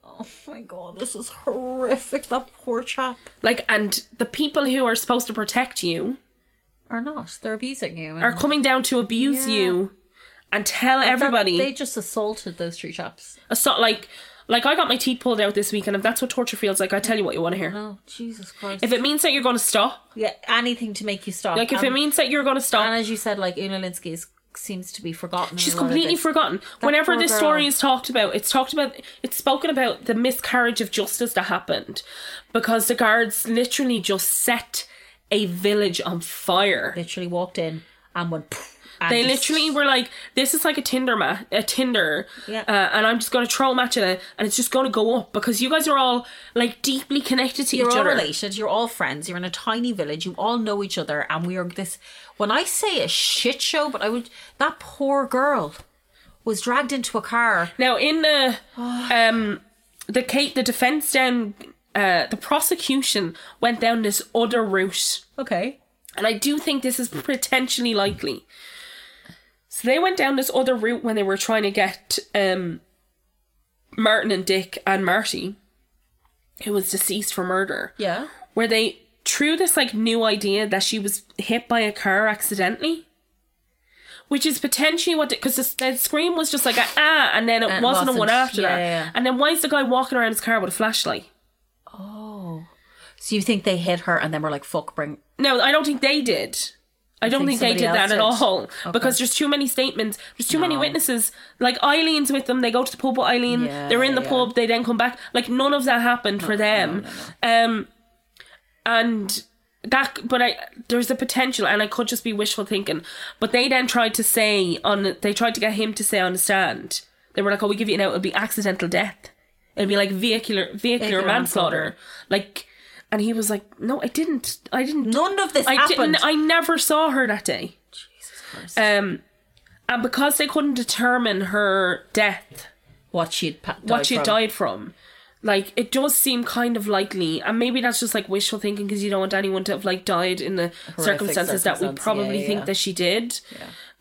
Oh my god, this is horrific. That poor chap, Like and the people who are supposed to protect you or not? They're abusing you. are coming down to abuse Yeah. you and tell everybody They just assaulted those three chaps. assault like like I got my teeth pulled out this week and if that's what torture feels like, I tell you what you want to hear. Oh Jesus Christ! If it means that you're gonna stop, yeah, anything to make you stop. like if it And- means that you're gonna stop Um, and as you said, like Una Linsky is, seems to be forgotten. She's completely forgotten. forgotten. Whenever poor this girl. story is talked about, it's talked about, it's spoken about the miscarriage of justice that happened because the guards literally just set a village on fire. Literally walked in and went. "Pff," they And- literally were like, "This is like a Tinder ma- a Tinder, Yeah. uh, and I'm just going to troll match it, out and it's just going to go up because you guys are all like deeply connected to You're each all other." related. You're all friends. You're in a tiny village. You all know each other, and we are this. When I say a shit show, but I would that poor girl was dragged into a car. Now, in (sighs) the Oh. um, the Kate, the defense down, uh, the prosecution went down this other route, Okay. and I do think this is potentially likely. So they went down this other route when they were trying to get um, Martin and Dick and Marty, who was deceased for murder, Yeah. where they threw this like new idea that she was hit by a car accidentally. Which is potentially what because the, the scream was just like a, ah, and then it And it wasn't, a one wasn't. after Yeah, that. yeah, yeah. And then why is the guy walking around his car with a flashlight? Oh. So you think they hit her and then we're like, fuck, bring. No, I don't think they did. I don't think think, they somebody did that else at did? all because there's too many statements. There's too many witnesses. Like Eileen's with them. They go to the pub with Eileen. Yeah, they're in the yeah. pub. They then come back. Like none of that happened for them. Um, and that, but I there's a potential, and I could just be wishful thinking. But they then tried to say on. They tried to get him to say on the stand. They were like, "Oh, we give you an out. It'll be accidental death. It'll be like vehicular vehicular Vehicular manslaughter." Like, and he was like, "No, I didn't. I didn't None of this I happened. didn't. I never saw her that day. Jesus Christ. Um, and because they couldn't determine her death, what she'd pa- died what she from. died from, like it does seem kind of likely, and maybe that's just like wishful thinking because you don't want anyone to have like died in the circumstances that we circumstance, probably yeah, think yeah. that she did.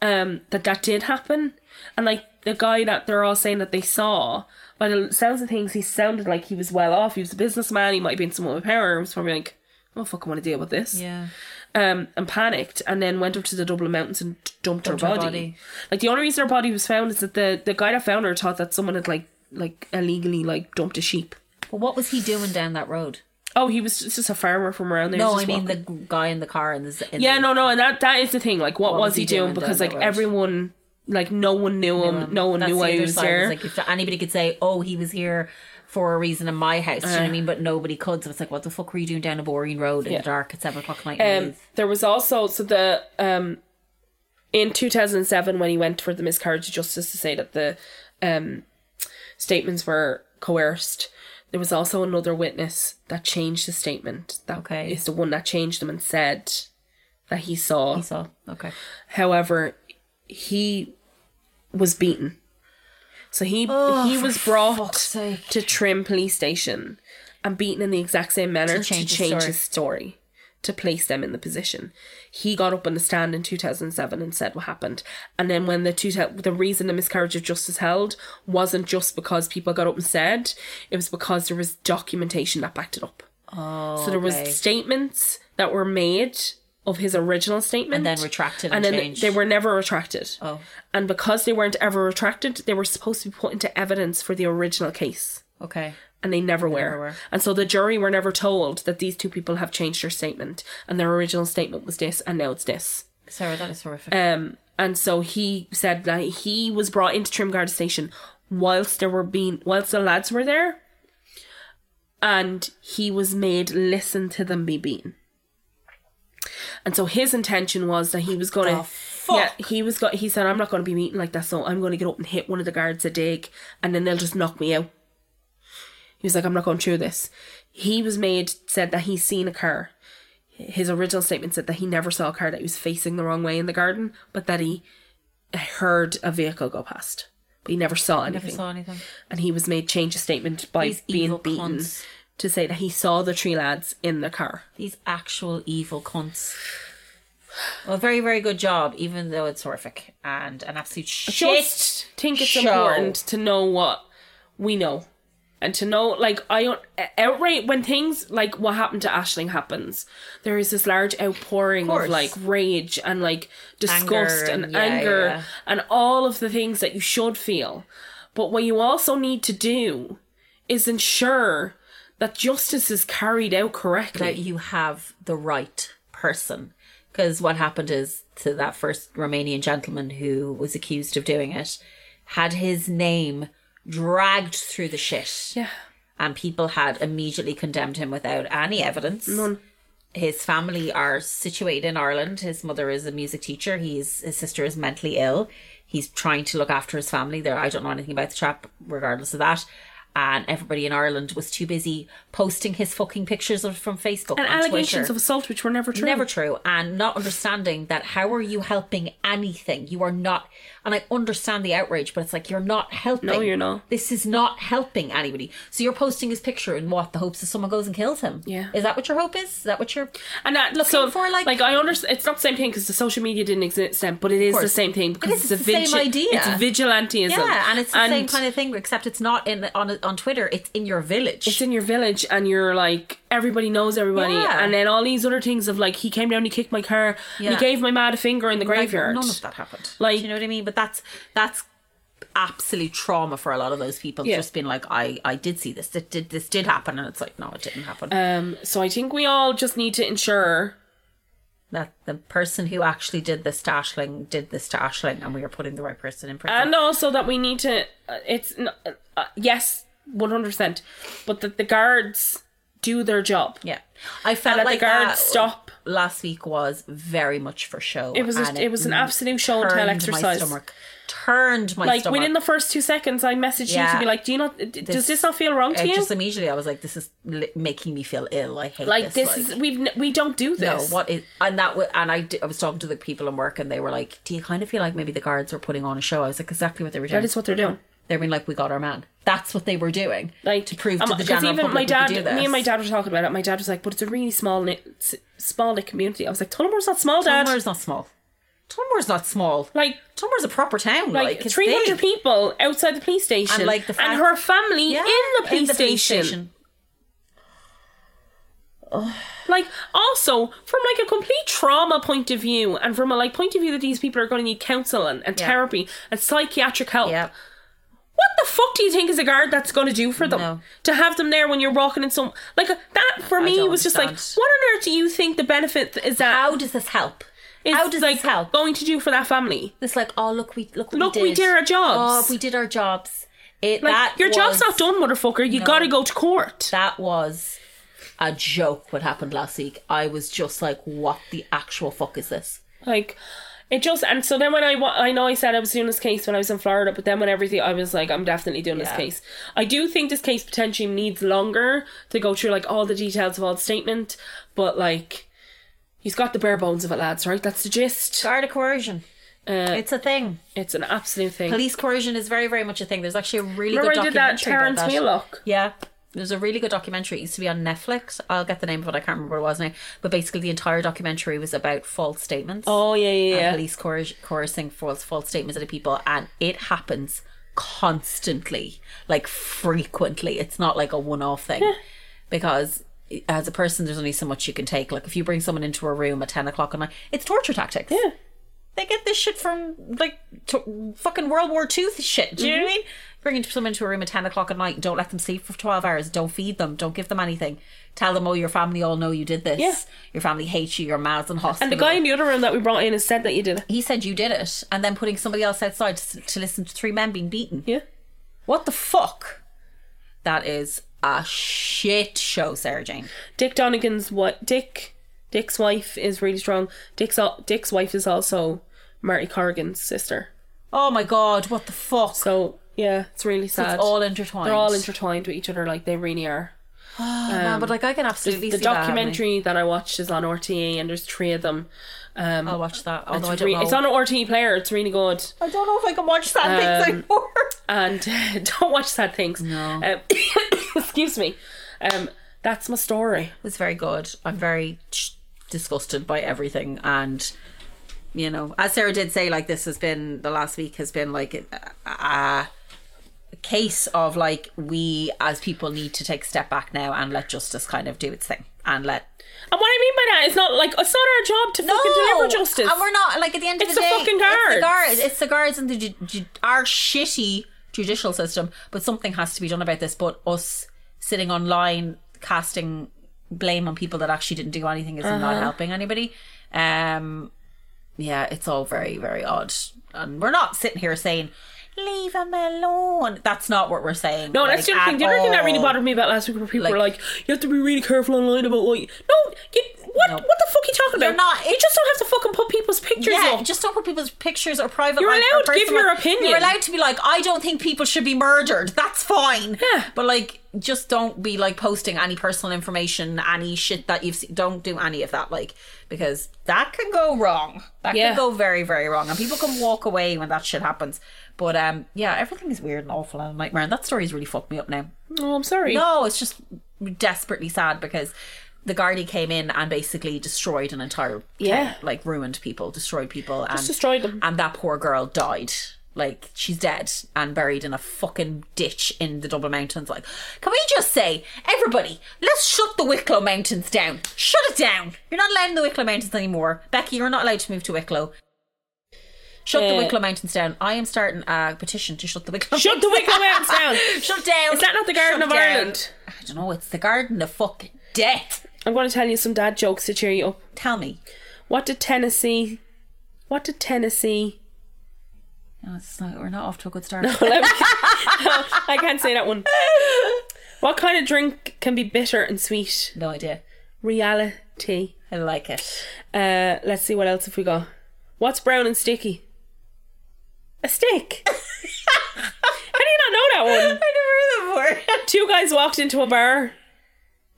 Um, that that did happen, and like the guy that they're all saying that they saw. By the sounds of things, he sounded like he was well off. He was a businessman. He might have been someone with power. He was probably like, "I don't fucking want to deal with this." Yeah. um, and panicked, and then went up to the Dublin mountains and d- dumped, her, her body. body. Like the only reason her body was found is that the the guy that found her thought that someone had like like illegally like dumped a sheep. But what was he doing down that road? Oh, he was just, just a farmer from around there. He No, was I just mean walking. the guy in the car and the. In yeah, the, no, no, and that that is the thing. Like, what, was, he, doing? down Because that like road? everyone, like no one knew him. No one That's knew the why he other was side, is, there. Like if anybody could say, "Oh, he was here for a reason in my house," do Uh. you know what I mean? But nobody could. So it's like, what the fuck were you doing down a boring road in the dark at seven o'clock at night? and Um, there was also so the um, in 2007 when he went for the miscarriage of justice to say that the um, statements were coerced. There was also another witness that changed the statement. That Okay. is the one that changed them and said that he saw. leave? So okay, However, he was beaten. So he he was brought Oh, fuck's sake. to Trim police station and beaten in the exact same manner to change change, his story. his story to place them in the position. He got up on the stand in 2007 and said what happened. And then when the two the reason the miscarriage of justice held wasn't just because people got up and said, it was because there was documentation that backed it up. So there okay. was statements that were made of his original statement And then retracted and then changed. they were never retracted. Oh. And because they weren't ever retracted, they were supposed to be put into evidence for the original case. okay. And they never were. were. And so the jury were never told that these two people have changed their statement and their original statement was this and now it's this. Sarah, that is horrific. Um and so he said that he was brought into Trimguard station whilst there were being whilst the lads were there and he was made listen to them be beaten. And so his intention was that he was gonna Yeah, he was got he said, I'm not gonna be beaten like that, so I'm gonna get up and hit one of the guards a dig and then they'll just knock me out. He was like, I'm not going through this. He was made said that he's seen a car. His original statement said that he never saw a car that he was facing the wrong way in the garden, but that he heard a vehicle go past. But he never saw anything Never saw anything. and he was made change a statement by These being evil beaten cunts. to say that he saw the three lads in the car. These actual evil cunts. Well, very, very good job, even though it's horrific and an absolute shit. Just think it's show. important to know what we know. And to know, like, I don't outright when things like what happened to Ashling happens, there is this large outpouring of, course. like rage and like disgust Anger and, and- yeah, anger yeah, yeah. and all of the things that you should feel. But what you also need to do is ensure that justice is carried out correctly. that you have the right person. Because what happened is to that first Romanian gentleman who was accused of doing it, had his name dragged through the shit. Yeah. And people had immediately condemned him without any evidence. None. his family are situated in Ireland. His mother is a music teacher. He's his sister is mentally ill. He's trying to look after his family. There, I don't know anything about the chap, regardless of that. And everybody in Ireland was too busy posting his fucking pictures of, from Facebook and and allegations Twitter. of assault, which were never true. Never true. And not understanding that how are you helping anything? You are not. And I understand the outrage, but it's like you're not helping. No, you're not. This is not helping anybody. So you're posting his picture in what the hopes that someone goes and kills him. Yeah. Is that what your hope is? Is that what your? And that look so for, like- like, I understand it's not the same thing because the social media didn't exist then, but it is the course. same thing because it's, is, it's a the same vigil- idea. It's vigilantism. Yeah, and it's the same kind of thing, except it's not in on on Twitter. It's in your village. It's in your village, and you're like everybody knows everybody, Yeah. and then all these other things of like he came down, he kicked my car, Yeah. he gave my mad a finger in the Like, graveyard. none of that happened. Like- Do you know what I mean? But that's that's absolute trauma for a lot of those people. Yeah. Just being like, I I did see this. That did this did happen, and it's like, no, it didn't happen. Um, so I think we all just need to ensure that the person who actually did this to Ashling did this to Ashling, and we are putting the right person in prison. and also that we need to uh, it's n- uh, yes 100% but that the guards do their job yeah, I felt and that like uh, the guards that stop last week was very much for show. It was a- and it was an absolute show and tell turned my exercise. stomach. Turned my like stomach. within the first two seconds i messaged you Yeah. to be like do you not d- does this not feel wrong I to you just immediately I was like, this is li- making me feel ill. I hate like this, like- is we've n- we don't do no, this what is and that was, and I, did, I was talking to the people in work and they were like, "Do you kind of feel like maybe the guards were putting on a show?" I was like, "Exactly what they were doing. that is what they're doing They're being like, we got our man. That's what they were doing, like to prove um, to the 'cause general even public my we dad could do me this. and my dad were talking about it my dad was like but it's a really small knit s- small knit community i was like tullamoore's not small dad Tullamoore's not small. Tullamoore's not small. like Tullamoore's a proper town. Like, like, it's 300 big. people outside the police station And, like, the fact- and her family Yeah, in the police station. like also from like a complete trauma point of view and from a like point of view that these people are going to need counsel and, and Yeah. therapy and psychiatric help Yeah, what the fuck do you think is a guard that's going to do for them No. to have them there when you're walking in some like uh, that for me don't was just like understand. what on earth do you think the benefit is that how does this help? is, how does like this help? going to do for that family It's like, oh look, we look, what Look, we did. we did our jobs. Oh, we did our jobs. It like that your job's not was- done motherfucker you gotta go to court That was a joke. What happened last week? I was just like, what the actual fuck is this? Like, it just and so then when I wa- I know I said I was doing this case when I was in Florida, but then when everything I was like, I'm definitely doing this Yeah. case. I do think this case potentially needs longer to go through like all the details of all the statement, but like. He's got the bare bones of it, lads, right? That's the gist. Guard of coercion. it's a thing. It's an absolute thing. Police coercion is very, very much a thing. There's actually a really Remember good I did that documentary Terrence about that. Malick? Yeah. There's a really good documentary. It used to be on Netflix. I'll get the name of it. I can't remember what it was now. But basically, the entire documentary was about false statements. Oh, yeah, yeah, and yeah. Police coer- coercing false false statements of the people, and it happens constantly, like frequently. It's not like a one off thing, because as a person, there's only so much you can take. Like if you bring someone into a room at ten o'clock at night, it's torture tactics. Yeah. They get this shit from like to, fucking World War II shit. Do you Mm-hmm. know what I mean? Bringing someone into a room at ten o'clock at night, don't let them sleep for twelve hours. Don't feed them. Don't give them anything. Tell them, oh, your family all know you did this. Yeah. Your family hates you. Your ma's in hospital. and the guy in the other room that we brought in has said that you did it. he said you did it, and then putting somebody else outside to, to listen to three men being beaten. Yeah. What the fuck? That is a shit show, Sarah Jane. Dick Donegan's what? Dick, Dick's wife is really strong. Dick's al- Dick's wife is also Marty Corrigan's sister. Oh my god, what the fuck? So yeah, it's really sad. it's all intertwined. They're all intertwined with each other, like they really are. Man, but like I can absolutely the see that happening. documentary that, I watched is on RTE, and there's three of them. Um, I'll watch that. it's, Although I don't re- know. it's on an RTE player. It's really good. I don't know if I can watch that thing Um, anymore. (laughs) And (laughs) don't watch sad things. No. Um, (coughs) excuse me. Um, that's my story. It was very good. I'm very ch- disgusted by everything, and you know, as Sarah did say, like this has been the last week has been like a, a a case of like we as people need to take a step back now and let justice kind of do its thing and let And what I mean by that is not like it's not our job to fucking deliver justice. And we're not like at the end of It's the the day. fucking It's guards. the guards. It's the guards and the ju- ju- our shitty judicial system. But something has to be done about this. But us sitting online casting blame on people that actually didn't do anything is Uh-huh. not helping anybody. Um, yeah, it's all very very odd, and we're not sitting here saying leave him alone. That's not what we're saying. No, that's the like, other thing. The at other thing that all. really bothered me about last week were people were Like- like, you have to be really careful online about what. You... No, you, what? No. What the fuck are you talking You're about? not- you just don't have to fucking put people's pictures Yeah, up. just don't put people's pictures or private. You're life or allowed to give personal your life. opinion. You're allowed to be like, I don't think people should be murdered. That's fine. Yeah. but like, just don't be like posting any personal information, any shit that you've. Seen. Don't do any of that, like, because that can go wrong. That Yeah. can go very, very wrong, and people can walk away when that shit happens. But um, yeah, everything is weird and awful and a nightmare, and that story's really fucked me up now. Oh, I'm sorry. No, it's just desperately sad because the Gardaí came in and basically destroyed an entire Yeah. town, like ruined people, destroyed people, and destroyed them. And that poor girl died. Like she's dead and buried in a fucking ditch in the Dublin Mountains. Like, can we just say, everybody, let's shut the Wicklow Mountains down. Shut it down. You're not allowed in the Wicklow Mountains anymore, Becky. You're not allowed to move to Wicklow. Shut the Uh, Wicklow Mountains down. I am starting a petition to shut the Wicklow. Shut the Wicklow Mountains down. (laughs) Shut down. Is that not the Garden Shut of down. Ireland? I don't know. It's the Garden of fucking Death. I'm going to tell you some dad jokes to cheer you up. Tell me. What did Tennessee? What did Tennessee? (laughs) No, it's not, we're not off to a good start. Let me- I can't say that one. What kind of drink can be bitter and sweet? (laughs) no idea. Reality. I (laughs) like it. Uh, let's see what else have we got. What's brown and sticky? A stick. (laughs) How do you not know that one? I never heard that before. (laughs) Two guys walked into a bar.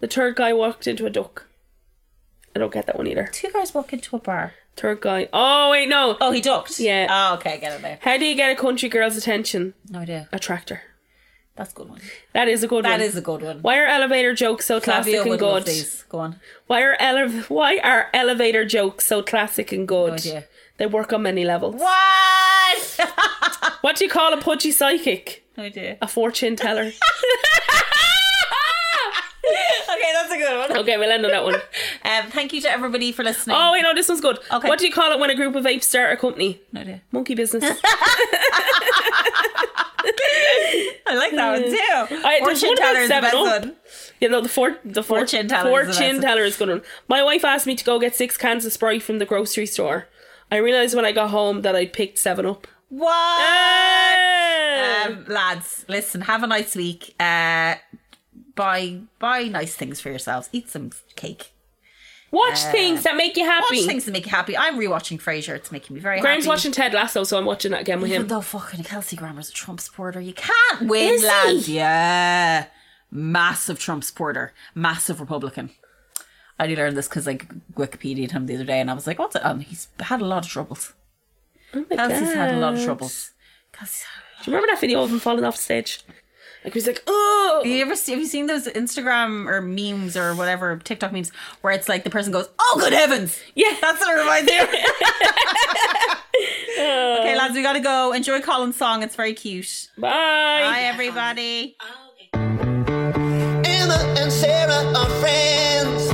The third guy walked into a duck. I don't get that one either. Two guys walk into a bar. Third guy. Oh wait, no. Oh, he ducked. Yeah. Oh, okay, I get it there. How do you get a country girl's attention? No idea. A tractor. That's a good one. That is a good one. That is a good one. Why are elevator jokes so classic Flavio and would love good? these. Go on. Why are ele- Why are elevator jokes so classic and good? No idea. They work on many levels. What? (laughs) What do you call a pudgy psychic? no idea. A fortune teller. okay, that's a good one. okay, we'll end on that one. Um, thank you to everybody for listening. Oh wait, no, this one's good. Okay. What do you call it when a group of apes start a company? no idea. Monkey (laughs) business. I like that one too. Hmm. I- there's Fortune one about teller is the best 7up. one. You know the for the for- Fortune teller is the fortune best. teller is good one. My wife asked me to go get six cans of Sprite from the grocery store. I realized when I got home that I'd picked seven up. What? Um, um, lads, listen, have a nice week. Uh, buy buy nice things for yourselves. Eat some cake. watch things that make you uh, Watch happy. things that make you happy. I'm rewatching Frasier. It's making me very Graham's happy. watching Ted Lasso, so I'm watching that again with Even him. though fucking Kelsey Grammer's a Trump supporter, you can't win, Is he? lads. Yeah, massive Trump supporter, massive Republican. I only learned this because like Wikipedia him the other day, and I was like, "What's it?" Um, he's had a lot of troubles. Oh Kelsey's had a lot of troubles. Kelsey's had Do you remember that video of him falling off stage? Like he's like, oh, Have you ever see, have you seen those Instagram or memes or whatever TikTok memes where it's like the person goes, "Oh, good heavens!" Yeah. that's what it reminds me. (laughs) of. okay, lads, we gotta go. Enjoy Colin's song; it's very cute. Bye, everybody. Emma and Sarah are friends.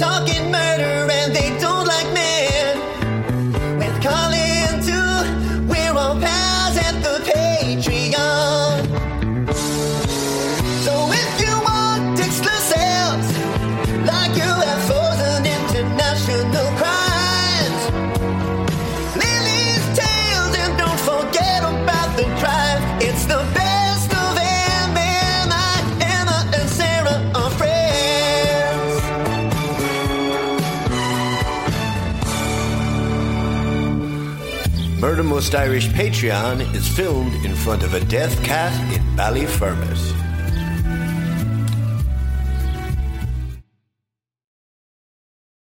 Talking murder and they don't like men. With Colin too, we're all pals at the Patreon. So if you want exclusives, like UFOs and international crimes, Lily's tales, and don't forget about the drive. It's the best of MMI. Emma and Sarah are friends. Murder Most Irish Patreon is filmed in front of a death cat in Ballyfermot.